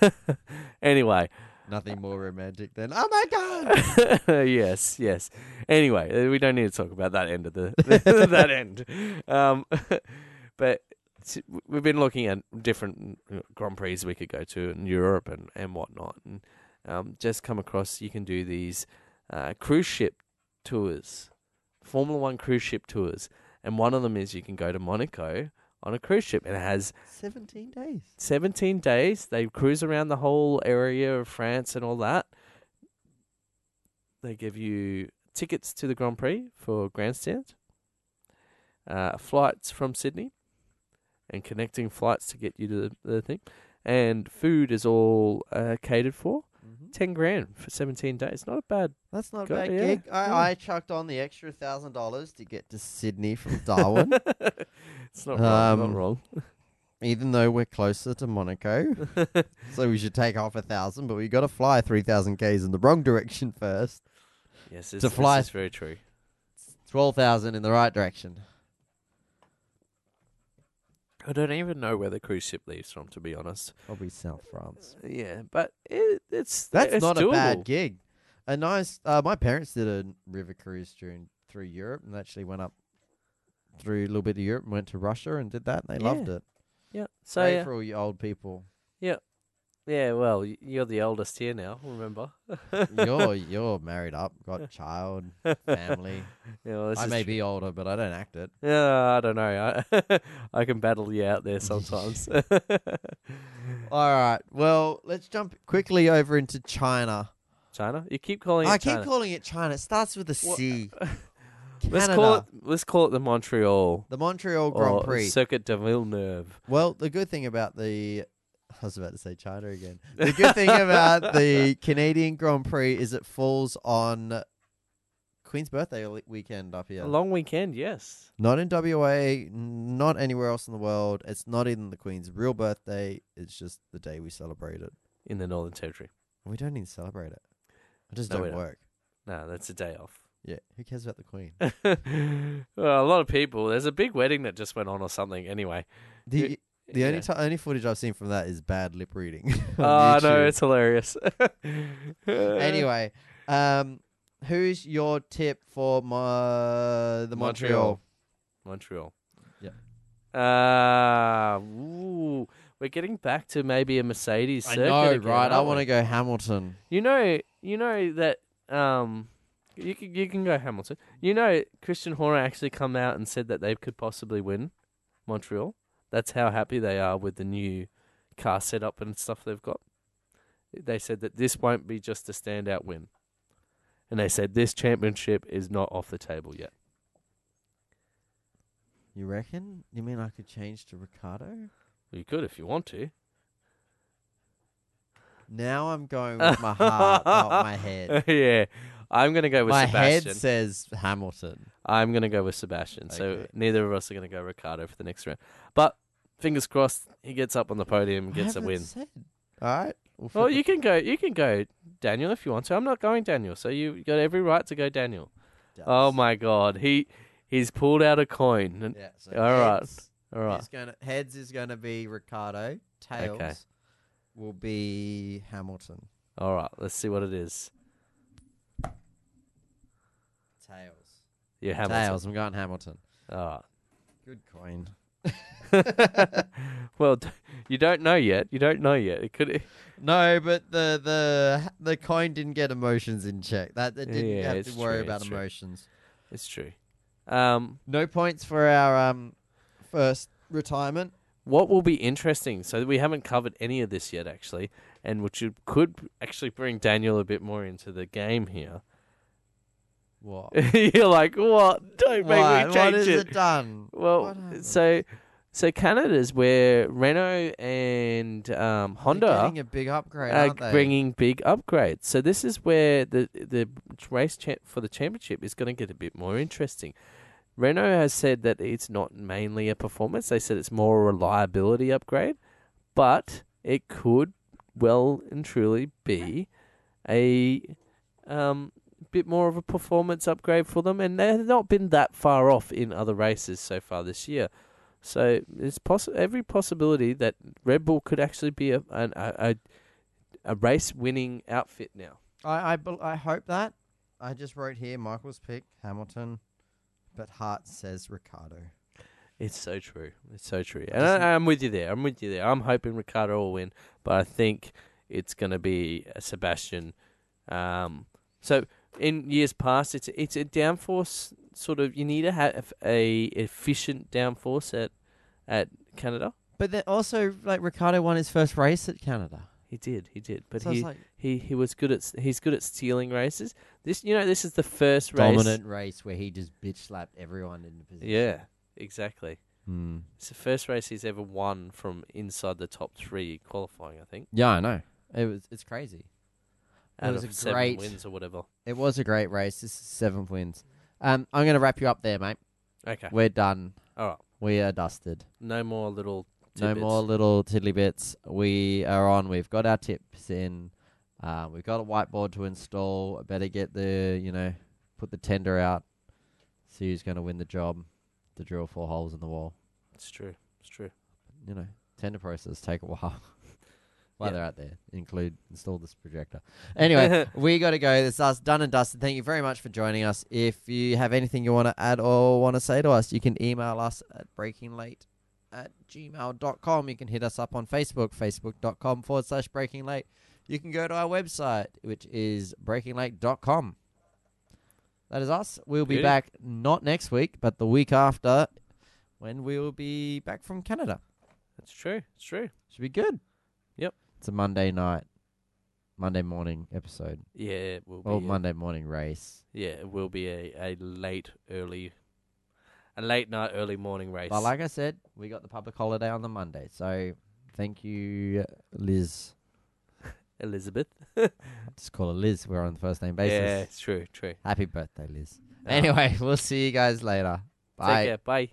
Speaker 2: anyway,
Speaker 1: Nothing more romantic than oh my god.
Speaker 2: yes, yes. Anyway, uh, we don't need to talk about that end of the that end. Um, but s- we've been looking at different uh, Grand Prix we could go to in Europe and and whatnot, and um, just come across you can do these uh, cruise ship tours, Formula One cruise ship tours, and one of them is you can go to Monaco on a cruise ship, and it has
Speaker 1: Seventeen days.
Speaker 2: 17 days. They cruise around the whole area of France and all that. They give you tickets to the Grand Prix for grandstand, uh, flights from Sydney, and connecting flights to get you to the, the thing. And food is all uh, catered for. 10 grand for 17 days. Not a bad.
Speaker 1: Mm-hmm. That's not a
Speaker 2: Go-
Speaker 1: bad
Speaker 2: yeah,
Speaker 1: gig. I,
Speaker 2: yeah.
Speaker 1: I chucked on the extra thousand dollars to get to Sydney from Darwin,
Speaker 2: it's not wrong.
Speaker 1: Um,
Speaker 2: not wrong.
Speaker 1: even though we're closer to Monaco. so we should take off a thousand, but we got to fly three thousand k's in the wrong direction first.
Speaker 2: Yes, it's,
Speaker 1: to fly-
Speaker 2: this is very true.
Speaker 1: Twelve thousand in the right direction.
Speaker 2: I don't even know where the cruise ship leaves from, to be honest.
Speaker 1: Probably South France.
Speaker 2: Yeah, but it, it's
Speaker 1: That's
Speaker 2: it's
Speaker 1: not
Speaker 2: doable.
Speaker 1: a bad gig. A nice. Uh, my parents did a river cruise during through Europe and actually went up through a little bit of Europe and went to Russia and did that. And they loved
Speaker 2: Yeah.
Speaker 1: it.
Speaker 2: Yeah. So
Speaker 1: So
Speaker 2: yeah,
Speaker 1: for all you old people.
Speaker 2: yeah. Well, y- you're the oldest here now. Remember?
Speaker 1: you're you're married up, got child, family.
Speaker 2: Yeah, well, this
Speaker 1: I
Speaker 2: is
Speaker 1: may be older, but I don't act it.
Speaker 2: Yeah, I don't know. I, I can battle you out there sometimes.
Speaker 1: All right. Well, let's jump quickly over into China.
Speaker 2: China, you keep calling it
Speaker 1: I
Speaker 2: China.
Speaker 1: keep calling it China. It starts with a
Speaker 2: Well,
Speaker 1: C.
Speaker 2: let's
Speaker 1: Canada.
Speaker 2: call it. Oh, Let's call it the Montreal
Speaker 1: the Montreal Grand
Speaker 2: or
Speaker 1: Prix.
Speaker 2: Circuit de Villeneuve.
Speaker 1: well, the good thing about the I was about to say China again. The good thing about the Canadian Grand Prix is it falls on Queen's birthday le- weekend up here.
Speaker 2: A long weekend, yes.
Speaker 1: Not in WA, not anywhere else in the world. It's not even the Queen's real birthday. It's just the day we celebrate it.
Speaker 2: In the Northern Territory.
Speaker 1: We don't even celebrate it. It just
Speaker 2: No, we
Speaker 1: don't
Speaker 2: don't.
Speaker 1: work.
Speaker 2: No, that's a day off.
Speaker 1: Yeah, who cares about the Queen?
Speaker 2: well, a lot of people. There's a big wedding that just went on or something. Anyway,
Speaker 1: The the only
Speaker 2: yeah.
Speaker 1: ti only footage I've seen from that is bad lip reading. on
Speaker 2: Oh no,
Speaker 1: YouTube.
Speaker 2: it's hilarious. anyway,
Speaker 1: anyway. Um, who's your tip for my the Montreal?
Speaker 2: Montreal. Montreal.
Speaker 1: Yep.
Speaker 2: Uh, ooh, we're getting back to maybe a Mercedes
Speaker 3: I
Speaker 2: circuit.
Speaker 3: know,
Speaker 2: again,
Speaker 1: right, I
Speaker 2: aren't
Speaker 1: want
Speaker 2: we?
Speaker 1: to go Hamilton.
Speaker 2: You know, you know that um, you can you can go Hamilton. You know, Christian Horner actually come out and said that they could possibly win Montreal. That's how happy they are with the new car setup and stuff they've got. They said that this won't be just a standout win, and they said this championship is not off the table yet.
Speaker 1: You reckon? You mean I could change to Ricardo?
Speaker 2: You could if you want to.
Speaker 1: Now I'm going with my heart, not my head.
Speaker 2: yeah, I'm gonna go with
Speaker 1: My
Speaker 2: Sebastian.
Speaker 1: head says Hamilton.
Speaker 2: I'm gonna go with Sebastian. So
Speaker 1: Okay.
Speaker 2: neither of us are gonna go Ricardo for the next round. But fingers crossed, he gets up on the podium, and gets a win.
Speaker 1: All right.
Speaker 2: Well, you can go. You can go Daniel if you want to. I'm not going Daniel, so you got every right to go Daniel. Oh my God, he he's pulled out a coin. And-
Speaker 1: Yeah, so
Speaker 2: All right.
Speaker 1: heads
Speaker 2: All right,
Speaker 1: Is gonna, heads is going to be Ricardo. Tails will be Hamilton.
Speaker 2: all right. Let's see what it is.
Speaker 1: Tails.
Speaker 2: Yeah, Hamilton.
Speaker 1: Tails. I'm going Hamilton.
Speaker 2: All right.
Speaker 1: Good coin.
Speaker 2: well, d- you don't know yet. You don't know yet. It could.
Speaker 1: No, but the the the coin didn't get emotions in check. That it didn't
Speaker 2: Yeah,
Speaker 1: have to
Speaker 2: it's
Speaker 1: worry
Speaker 2: true,
Speaker 1: about
Speaker 2: it's true.
Speaker 1: emotions.
Speaker 2: It's true. Um,
Speaker 1: No points for our um first retirement.
Speaker 2: what will be interesting so we haven't covered any of this yet actually and which you could actually bring daniel a bit more into the game here
Speaker 1: What?
Speaker 2: you're like what don't
Speaker 1: Why?
Speaker 2: make me
Speaker 1: what
Speaker 2: change
Speaker 1: is
Speaker 2: it.
Speaker 1: it, done?
Speaker 2: well
Speaker 1: What happened?
Speaker 2: so so canada's where renault and um,
Speaker 1: They're
Speaker 2: honda
Speaker 1: getting a big upgrade,
Speaker 2: are
Speaker 1: aren't they?
Speaker 2: uh, bringing big upgrades so this is where the the race cha- for the championship is going to get a bit more interesting renault has said that it's not mainly a performance they said it's more a reliability upgrade but it could well and truly be a um, bit more of a performance upgrade for them, and they've not been that far off in other races so far this year. So it's poss- every possibility that Red Bull could actually be a an, a, a, a race winning outfit now.
Speaker 1: I I, bel I hope that. I just wrote here Michael's pick Hamilton, but Hart says Ricardo.
Speaker 2: It's so true. It's so true. And I, I'm with you there. I'm with you there. I'm hoping Ricardo will win, but I think it's going to be a Sebastian. Um, so in years past, it's it's a downforce sort of. You need to have a efficient downforce at at Canada.
Speaker 1: But then also like Ricardo won his first race at Canada.
Speaker 2: He did. He did. But
Speaker 1: so
Speaker 2: he,
Speaker 1: it's like
Speaker 2: he he was good at s- he's good at stealing races. This you know this is the first race.
Speaker 1: dominant race where he just bitch slapped everyone in the position.
Speaker 2: Yeah. Exactly.
Speaker 1: Hmm.
Speaker 2: It's the first race he's ever won from inside the top three qualifying. I think.
Speaker 1: Yeah, I know. It was it's crazy. It
Speaker 2: out
Speaker 1: was
Speaker 2: of
Speaker 1: a
Speaker 2: seven
Speaker 1: great-
Speaker 2: wins or whatever.
Speaker 1: It was a great race. This is seventh wins. Um, I'm going to wrap you up there, mate.
Speaker 2: Okay.
Speaker 1: We're done.
Speaker 2: All right.
Speaker 1: We are dusted.
Speaker 2: No more little.
Speaker 1: No
Speaker 2: Tidbits.
Speaker 1: more little tiddly bits. We are on. We've got our tips in. Uh, we've got a whiteboard to install. I better get the you know, put the tender out. See who's going to win the job. To drill four holes in the wall.
Speaker 2: It's true. It's true.
Speaker 1: You know, tender process take a while. while
Speaker 2: Yeah.
Speaker 1: they're out there. Include install this projector. Anyway, we got to go. It's us done and dusted. Thank you very much for joining us. If you have anything you want to add or want to say to us, you can email us at breakinglate at gmail.com. You can hit us up on Facebook, facebook.com forward slash breakinglate. You can go to our website, which is breakinglate.com. That is us. We'll be
Speaker 2: Beauty.
Speaker 1: back not next week, but the week after when we will be back from Canada.
Speaker 2: That's true. It's true.
Speaker 1: Should be good.
Speaker 2: Yep.
Speaker 1: It's a Monday night, Monday morning episode.
Speaker 2: Yeah, it will be.
Speaker 1: Or
Speaker 2: a-
Speaker 1: Monday morning race.
Speaker 2: Yeah, it will be a, a late early, a late night early morning race.
Speaker 1: But like I said, we got the public holiday on the Monday. So thank you, Liz.
Speaker 2: Elizabeth.
Speaker 1: Just call her Liz. We're on the first name basis.
Speaker 2: Yeah, it's true. True.
Speaker 1: Happy birthday, Liz.
Speaker 2: Uh,
Speaker 1: Anyway, we'll see you guys later. Bye.
Speaker 2: take care. Bye.